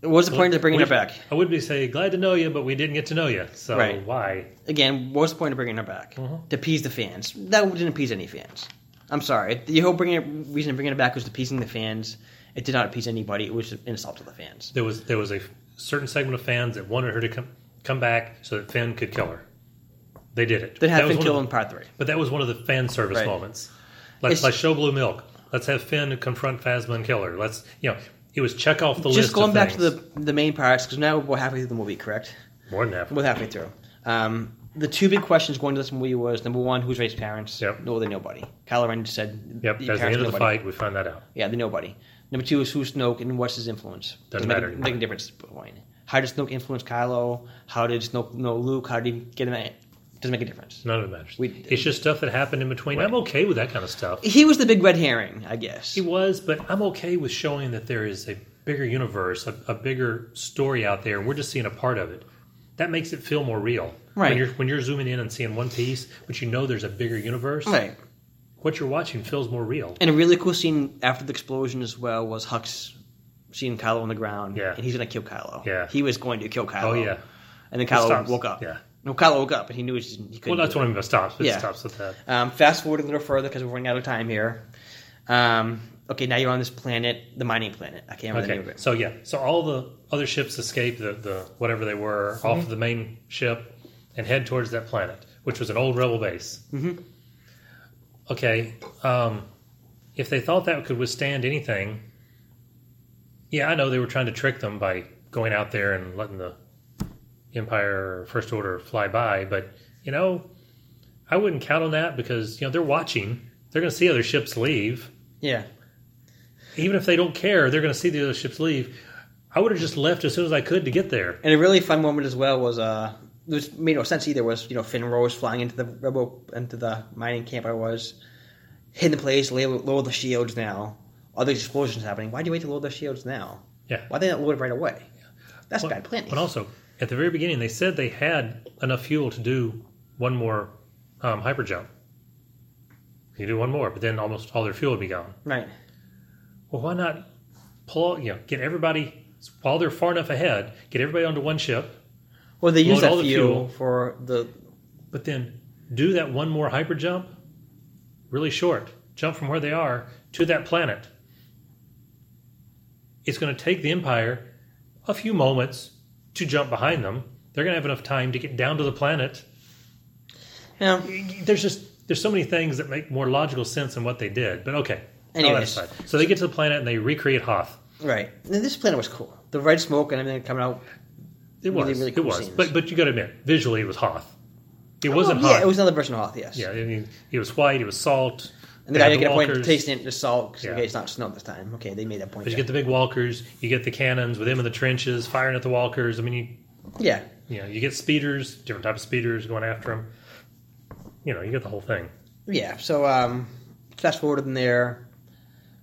Speaker 2: What was the point of bringing
Speaker 1: We-
Speaker 2: her back?
Speaker 1: I would be say glad to know you, but we didn't get to know you. So
Speaker 2: Right.
Speaker 1: why?
Speaker 2: Again, what was the point of bringing her back?
Speaker 1: Mm-hmm.
Speaker 2: To appease the fans. That didn't appease any fans. I'm sorry. The whole bringing it, reason of bringing it back was appeasing the fans. It did not appease anybody. It was an insult to the fans.
Speaker 1: There was there was a certain segment of fans that wanted her to come come back so that Finn could kill her. They did it.
Speaker 2: That
Speaker 1: That was
Speaker 2: happened
Speaker 1: one
Speaker 2: kill
Speaker 1: of
Speaker 2: in
Speaker 1: the-
Speaker 2: part three.
Speaker 1: But that was one of the fan service
Speaker 2: Right.
Speaker 1: moments. Let's,
Speaker 2: It's-
Speaker 1: let's show blue milk. Let's have Finn confront Phasma and kill her. Let's you know it was check off the list.
Speaker 2: Just going
Speaker 1: of
Speaker 2: back to
Speaker 1: things.
Speaker 2: the the main parts because now we're halfway through the movie, correct?
Speaker 1: more than half.
Speaker 2: We're halfway through. Um, the two big questions going to this movie was number one, who's raised parents?
Speaker 1: Yep.
Speaker 2: No, they nobody. Kylo Ren just said,
Speaker 1: Yep,
Speaker 2: your
Speaker 1: that's the end
Speaker 2: parents are
Speaker 1: of the
Speaker 2: nobody.
Speaker 1: fight. We found that out.
Speaker 2: Yeah, the nobody. Number two is who's Snoke and what's his influence.
Speaker 1: Doesn't
Speaker 2: make,
Speaker 1: matter.
Speaker 2: Make a difference at this point. How did Snoke influence Kylo? How did Snoke know Luke? How did he get him? At, doesn't make a difference.
Speaker 1: None of it matters.
Speaker 2: We-
Speaker 1: it's just stuff that happened in between. I'm okay with that kind of stuff.
Speaker 2: He was the big red herring, I guess.
Speaker 1: He was, but I'm okay with showing that there is a bigger universe, a, a bigger story out there, and we're just seeing a part of it. That makes it feel more real.
Speaker 2: Right.
Speaker 1: When you're, when you're zooming in and seeing one piece, but you know there's a bigger universe,
Speaker 2: right.
Speaker 1: what you're watching feels more real.
Speaker 2: And a really cool scene after the explosion as well was Hux seeing Kylo on the ground.
Speaker 1: Yeah.
Speaker 2: And he's going to kill Kylo.
Speaker 1: Yeah.
Speaker 2: He was going to kill Kylo.
Speaker 1: Oh, yeah.
Speaker 2: And then
Speaker 1: stops.
Speaker 2: Kylo woke up.
Speaker 1: Yeah.
Speaker 2: No, Kylo woke up and he knew he just- he couldn't.
Speaker 1: Well, that's
Speaker 2: do
Speaker 1: what I'm about. Stops. It
Speaker 2: Yeah.
Speaker 1: stops with that.
Speaker 2: it. Um, fast forward a little further because we're running out of time here. Um, okay, now you're on this planet, the mining planet. I can't remember the name
Speaker 1: Okay.
Speaker 2: of it.
Speaker 1: So yeah. So all the other ships escape the, the whatever they were
Speaker 2: Mm-hmm.
Speaker 1: off of the main ship and head towards that planet, which was an old rebel base. Mm-hmm. Okay. Um, if they thought that could withstand anything, yeah, I know they were trying to trick them by going out there and letting the Empire or First Order fly by, but you know, I wouldn't count on that because you know they're watching. They're going to see other ships leave
Speaker 2: Yeah.
Speaker 1: even if they don't care, they're going to see the other ships leave. I would have just left as soon as I could to get there.
Speaker 2: And a really fun moment as well was uh, which made no sense either. Was you know Finn Rose flying into the rebel into the mining camp I was, hidden the place, lower, lower the shields now. All these explosions happening. Why do you wait to lower the shields now?
Speaker 1: Yeah.
Speaker 2: Why they not load it right away? That's bad planning.
Speaker 1: But also, at the very beginning, they said they had enough fuel to do one more um, hyper jump. You do one more, but then almost all their fuel would be gone.
Speaker 2: right.
Speaker 1: Well, why not pull? You know, get everybody while they're far enough ahead. Get everybody onto one ship,
Speaker 2: Well, they use
Speaker 1: Load all
Speaker 2: that
Speaker 1: the
Speaker 2: fuel,
Speaker 1: fuel.
Speaker 2: for the
Speaker 1: but then do that one more hyper jump, really short. Jump from where they are to that planet. It's going to take the Empire a few moments to jump behind them. They're going to have enough time to get down to the planet.
Speaker 2: yeah.
Speaker 1: There's just there's so many things that make more logical sense than what they did. But okay, all that
Speaker 2: Anyways.
Speaker 1: aside. so they get to the planet and they recreate Hoth.
Speaker 2: Right. And this planet was cool. The red smoke and everything coming out.
Speaker 1: It was,
Speaker 2: Really, really cool
Speaker 1: it was.
Speaker 2: scenes.
Speaker 1: But but you got to admit, visually it was Hoth. It wasn't
Speaker 2: Oh,
Speaker 1: Hoth.
Speaker 2: yeah, it was another version of Hoth. Yes.
Speaker 1: Yeah, I mean, it was white. It was salt.
Speaker 2: And the guy
Speaker 1: They
Speaker 2: didn't
Speaker 1: had
Speaker 2: get a point
Speaker 1: walkers.
Speaker 2: tasting it just salt. 'cause,
Speaker 1: Yeah.
Speaker 2: Okay, it's not snow this time. Okay, they made that point.
Speaker 1: But you
Speaker 2: there.
Speaker 1: get the big walkers, you get the cannons with them in the trenches firing at the walkers. I mean, you,
Speaker 2: yeah.
Speaker 1: you know, you get speeders, different type of speeders going after them. You know, you get the whole thing.
Speaker 2: Yeah, so um, fast forward in there.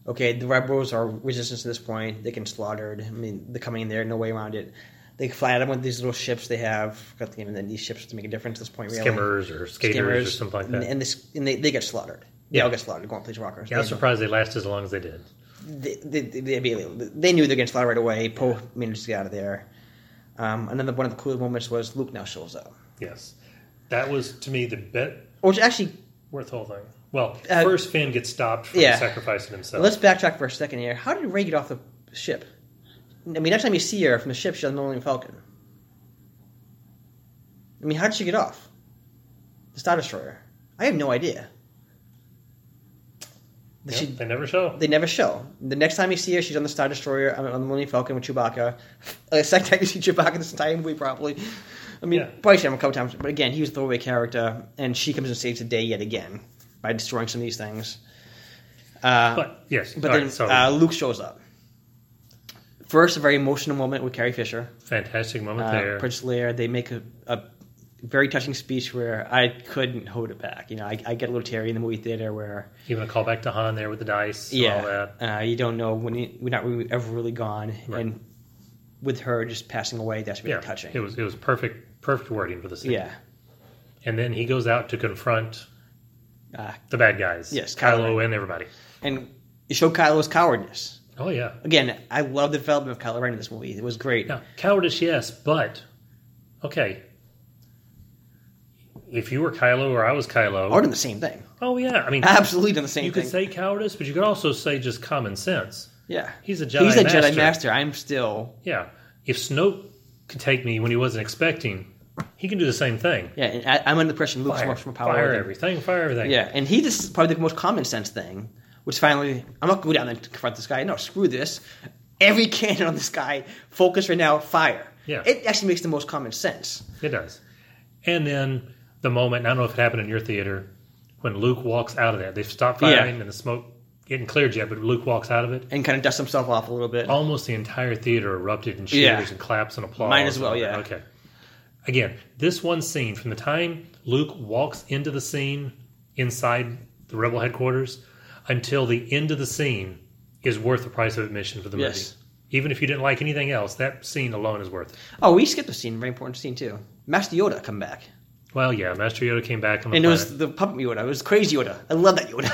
Speaker 2: Okay, the rebels are resistance at this point. They can slaughtered. I mean, they're coming in there, no way around it. They fly at them with these little ships they have. Got the name of these ships to make a difference at this point, really.
Speaker 1: Skimmers or skaters or something like that.
Speaker 2: And, and, this, and they, they get slaughtered. They
Speaker 1: Yeah.
Speaker 2: all get slaughtered. Go on, please, rockers.
Speaker 1: yeah, I was
Speaker 2: they,
Speaker 1: surprised they lasted as long as they did.
Speaker 2: they, they, they, they immediately- they knew they were getting slaughtered right away. Poe managed to get out of there. Um, another one of the coolest moments was Luke now shows up.
Speaker 1: Yes, that was to me the bet
Speaker 2: Which actually,
Speaker 1: worth the whole thing. Well,
Speaker 2: Uh,
Speaker 1: first Finn gets stopped from
Speaker 2: yeah.
Speaker 1: sacrificing himself.
Speaker 2: Let's backtrack for a second here. How did Ray get off the ship? I mean, next time you see her from the ship, she's on the Millennium Falcon. I mean, how did she get off? The Star Destroyer. I have no idea. They
Speaker 1: Yeah,
Speaker 2: she-
Speaker 1: they never show.
Speaker 2: they never show. The next time you see her, she's on the Star Destroyer, I'm on the Millennium Falcon with Chewbacca. *laughs* The second time you see Chewbacca this entire movie, probably. I mean,
Speaker 1: Yeah.
Speaker 2: probably should have him a couple times, but again, he was a throwaway character, and she comes and saves the day yet again by destroying some of these things. Uh,
Speaker 1: but yes,
Speaker 2: but
Speaker 1: all
Speaker 2: then
Speaker 1: right, so
Speaker 2: uh, Luke shows up. First, a very emotional moment with Carrie Fisher,
Speaker 1: fantastic moment
Speaker 2: uh,
Speaker 1: there.
Speaker 2: Prince Leia. They make a, a very touching speech where I couldn't hold it back. You know, I, I get a little teary in the movie theater where,
Speaker 1: Even a callback to Han there with the dice. and all
Speaker 2: yeah,
Speaker 1: that.
Speaker 2: uh, you don't know when you, we're not really, ever really gone,
Speaker 1: Right.
Speaker 2: and with her just passing away, that's really
Speaker 1: yeah,
Speaker 2: touching.
Speaker 1: It was it was perfect perfect wording for the scene.
Speaker 2: yeah,
Speaker 1: and then he goes out to confront
Speaker 2: uh,
Speaker 1: the bad guys.
Speaker 2: Yes,
Speaker 1: Ah. Kylo and everybody.
Speaker 2: and you show Kylo's cowardice.
Speaker 1: Oh yeah,
Speaker 2: Again, I love the development of Kylo Ren in this movie. It was great.
Speaker 1: now cowardice, yes, but okay. If you were Kylo or I was Kylo,
Speaker 2: I would have done the same thing.
Speaker 1: oh yeah, I mean,
Speaker 2: Absolutely done the same
Speaker 1: you
Speaker 2: thing.
Speaker 1: could say cowardice, but you could also say just common sense.
Speaker 2: yeah.
Speaker 1: He's a Jedi.
Speaker 2: He's a
Speaker 1: master.
Speaker 2: Jedi Master. I'm still
Speaker 1: Yeah, if Snoke could take me when he wasn't expecting, he can do the same thing.
Speaker 2: Yeah, and I, I'm under the impression Luke's
Speaker 1: Fire,
Speaker 2: much more powerful.
Speaker 1: fire
Speaker 2: than-
Speaker 1: everything, fire everything.
Speaker 2: Yeah, and he just probably the most common sense thing, which finally I'm not going down there to confront this guy. No, screw this. Every *laughs* cannon on this guy, focus right now, fire.
Speaker 1: Yeah.
Speaker 2: it actually makes the most common sense.
Speaker 1: It does. And then the moment, and I don't know if it happened in your theater, when Luke walks out of there, they've stopped
Speaker 2: Yeah.
Speaker 1: firing and the smoke getting cleared yet, but Luke walks out of it.
Speaker 2: and kind of dust himself off a little bit.
Speaker 1: Almost the entire theater erupted in cheers
Speaker 2: Yeah.
Speaker 1: and claps and applause.
Speaker 2: Might as well,
Speaker 1: and-
Speaker 2: yeah.
Speaker 1: Okay. Again, this one scene from the time Luke walks into the scene inside the Rebel headquarters until the end of the scene is worth the price of admission for the movie.
Speaker 2: Yes.
Speaker 1: Even if you didn't like anything else, that scene alone is worth it.
Speaker 2: Oh, we skipped a scene, very important scene too. Master Yoda come back,
Speaker 1: Well, yeah, Master Yoda came back on the
Speaker 2: and it
Speaker 1: planet.
Speaker 2: was the puppet Yoda. It was crazy Yoda. I love that
Speaker 1: *laughs*
Speaker 2: Yoda.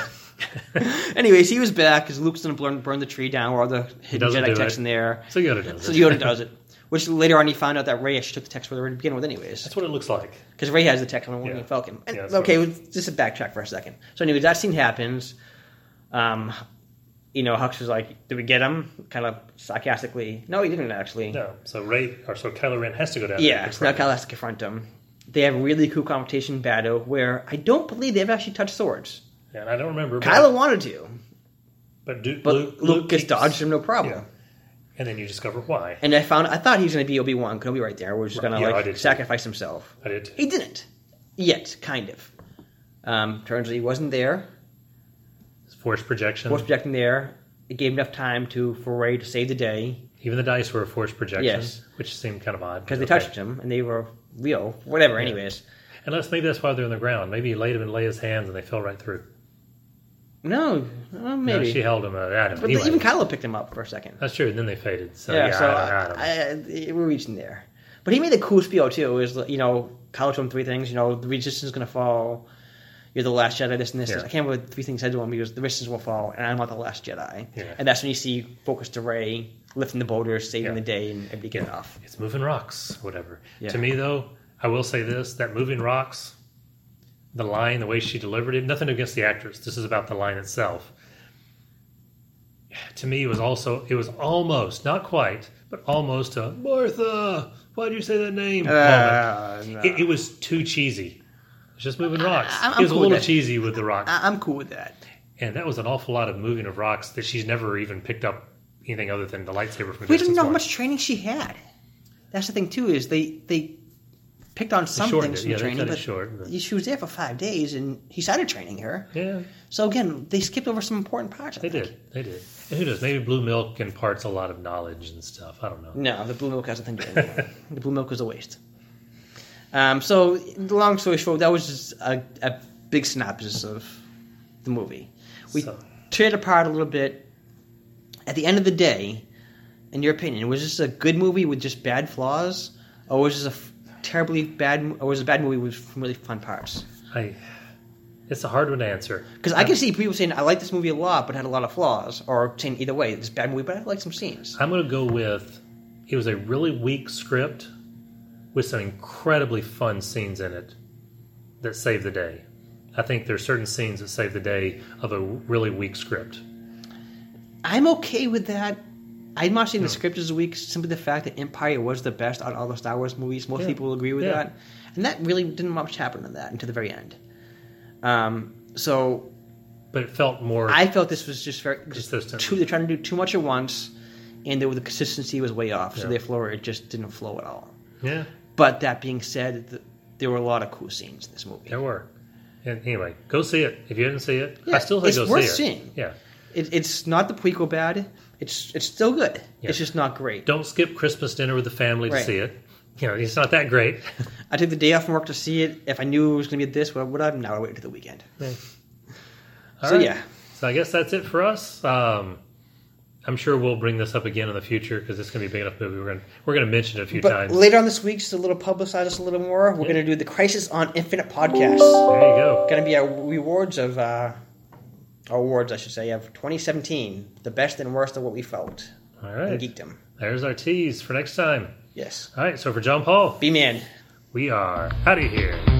Speaker 2: *laughs* Anyways, he was back because Luke's gonna burn, burn the tree down where all the hidden
Speaker 1: doesn't do
Speaker 2: Jedi texts
Speaker 1: it.
Speaker 2: in there.
Speaker 1: so Yoda does
Speaker 2: So
Speaker 1: it.
Speaker 2: Yoda does it. Which later on he found out that Ray actually took the text with her to begin with, anyways.
Speaker 1: That's what it looks like.
Speaker 2: because Ray has the tech on the Millennium
Speaker 1: Yeah.
Speaker 2: Falcon. And,
Speaker 1: Yeah, that's
Speaker 2: okay, let's just backtrack for a second. So, anyways, that scene happens. Um, you know, Hux was like, "Did we get him?" Kind of sarcastically. No, he didn't actually.
Speaker 1: No. So Ray or so Kylo Ren has to go down
Speaker 2: yeah,
Speaker 1: there.
Speaker 2: now Kyle has to confront him. They have a really cool confrontation battle where I don't believe they've actually touched swords.
Speaker 1: And I don't remember but-
Speaker 2: Kylo wanted to,
Speaker 1: but, Duke,
Speaker 2: but
Speaker 1: Luke,
Speaker 2: Luke, just
Speaker 1: keeps-
Speaker 2: dodged him no problem.
Speaker 1: Yeah. And then you discover why.
Speaker 2: And I found I thought he was going to be Obi Wan Kenobi right there, was just
Speaker 1: Right,
Speaker 2: going
Speaker 1: yeah,
Speaker 2: to
Speaker 1: I did
Speaker 2: like
Speaker 1: too.
Speaker 2: sacrifice himself.
Speaker 1: I did
Speaker 2: He didn't yet, kind of. Um, turns out he wasn't there.
Speaker 1: force projection.
Speaker 2: force projecting there. It gave enough time to for Ray to save the day
Speaker 1: Even the dice were a force projection,
Speaker 2: Yes.
Speaker 1: which seemed kind of odd.
Speaker 2: because they
Speaker 1: okay.
Speaker 2: touched him and they were real. Whatever, anyways.
Speaker 1: Unless maybe that's why they're on the ground. Maybe he laid him in Leia's hands and they fell right through.
Speaker 2: No,
Speaker 1: No,
Speaker 2: well, maybe.
Speaker 1: she held him. Uh, I don't know.
Speaker 2: but
Speaker 1: Anyway,
Speaker 2: even Kylo picked him up for a second.
Speaker 1: that's true. And then they faded. So yeah,
Speaker 2: yeah, so
Speaker 1: I, don't- I don't know.
Speaker 2: I, I, we're reaching there. But he made the cool spiel too. Is you know Kylo told him three things. You know the resistance is gonna fall. You're the last Jedi. This and this.
Speaker 1: Yeah.
Speaker 2: I can't remember the three things I said to him. He goes, the resistance will fall, and I'm not the last Jedi.
Speaker 1: Yeah.
Speaker 2: And that's when you see focus to Ray lifting the boulders, saving
Speaker 1: Yeah.
Speaker 2: the day, and everybody getting off.
Speaker 1: it's moving rocks, whatever.
Speaker 2: Yeah.
Speaker 1: To me, though, I will say this: that moving rocks, the line, the way she delivered it, nothing against the actress. This is about the line itself. To me, it was also it was almost not quite, but almost a Martha. Why do you say that name? moment.
Speaker 2: Uh, no.
Speaker 1: It, it was too cheesy. It's just moving rocks.
Speaker 2: I- I'm
Speaker 1: it was
Speaker 2: cool
Speaker 1: a
Speaker 2: with
Speaker 1: little
Speaker 2: that.
Speaker 1: cheesy with the rocks,
Speaker 2: I- I'm cool with that.
Speaker 1: and that was an awful lot of moving of rocks that she's never even picked up anything other than the lightsaber from. a
Speaker 2: We didn't
Speaker 1: distance
Speaker 2: know how
Speaker 1: once.
Speaker 2: much training she had. That's the thing too is they they picked on some
Speaker 1: shortened it.
Speaker 2: things from
Speaker 1: Yeah, they
Speaker 2: training,
Speaker 1: cut it
Speaker 2: but
Speaker 1: short, but-
Speaker 2: she was there for five days and he started training her.
Speaker 1: Yeah.
Speaker 2: So again, they skipped over some important parts. I
Speaker 1: They
Speaker 2: think.
Speaker 1: did. They did. And who knows? Maybe blue milk imparts a lot of knowledge and stuff. I don't know.
Speaker 2: No, the blue milk has nothing to do with it. *laughs* The blue milk was a waste. Um, so long story short, that was just a, a big synopsis of the movie. We
Speaker 1: So-
Speaker 2: tear it apart a little bit. At the end of the day, in your opinion, was this a good movie with just bad flaws, or was this a f- terribly bad, mo- or was it a bad movie with some really fun parts?
Speaker 1: I. It's a hard one to answer.
Speaker 2: Because I can see people saying I like this movie a lot, but had a lot of flaws, or saying either way, it's a bad movie, but I like some scenes.
Speaker 1: I'm going to go with it was a really weak script with some incredibly fun scenes in it that save the day. I think there's certain scenes that save the day of a really weak script.
Speaker 2: I'm okay with that. I'm not
Speaker 1: Hmm.
Speaker 2: saying the script is weak. Simply the fact that Empire was the best out of all the Star Wars movies. Most
Speaker 1: Yeah.
Speaker 2: people will agree with
Speaker 1: Yeah.
Speaker 2: that. And that really didn't much happen in that until the very end. Um, so
Speaker 1: But it felt more.
Speaker 2: I felt this was just very just
Speaker 1: Consistent.
Speaker 2: too. They're trying to do too much at once, and they were, the consistency was way off. So
Speaker 1: Yeah.
Speaker 2: therefore, it just didn't flow at all.
Speaker 1: yeah,
Speaker 2: But that being said, th there were a lot of cool scenes in this movie.
Speaker 1: there were. And anyway, go see it. If you didn't see it,
Speaker 2: Yeah,
Speaker 1: I still say
Speaker 2: it's
Speaker 1: go
Speaker 2: worth
Speaker 1: see it.
Speaker 2: seeing.
Speaker 1: Yeah.
Speaker 2: It, it's not the prequel bad. It's it's still good.
Speaker 1: Yeah.
Speaker 2: It's just not great.
Speaker 1: Don't skip Christmas dinner with the family to
Speaker 2: Right.
Speaker 1: see it. You know, it's not that great.
Speaker 2: I took the day off from work to see it. If I knew it was going to be this, well, would I have now waited till the weekend?
Speaker 1: All
Speaker 2: so
Speaker 1: right.
Speaker 2: yeah,
Speaker 1: So I guess that's it for us. Um, I'm sure we'll bring this up again in the future because it's going to be a big enough movie. We're going to, we're going to mention it a few
Speaker 2: but
Speaker 1: times.
Speaker 2: later on this week, just a little publicize us a little more. We're going to do the Crisis on Infinite podcast.
Speaker 1: there you go.
Speaker 2: Going to be our rewards of uh, our awards, I should say, of 2017, the best and worst of what we felt
Speaker 1: All
Speaker 2: and
Speaker 1: right.
Speaker 2: geekdom.
Speaker 1: There's our tease for next time.
Speaker 2: Yes,
Speaker 1: All right. So for John Paul,
Speaker 2: be man.
Speaker 1: we are out of here.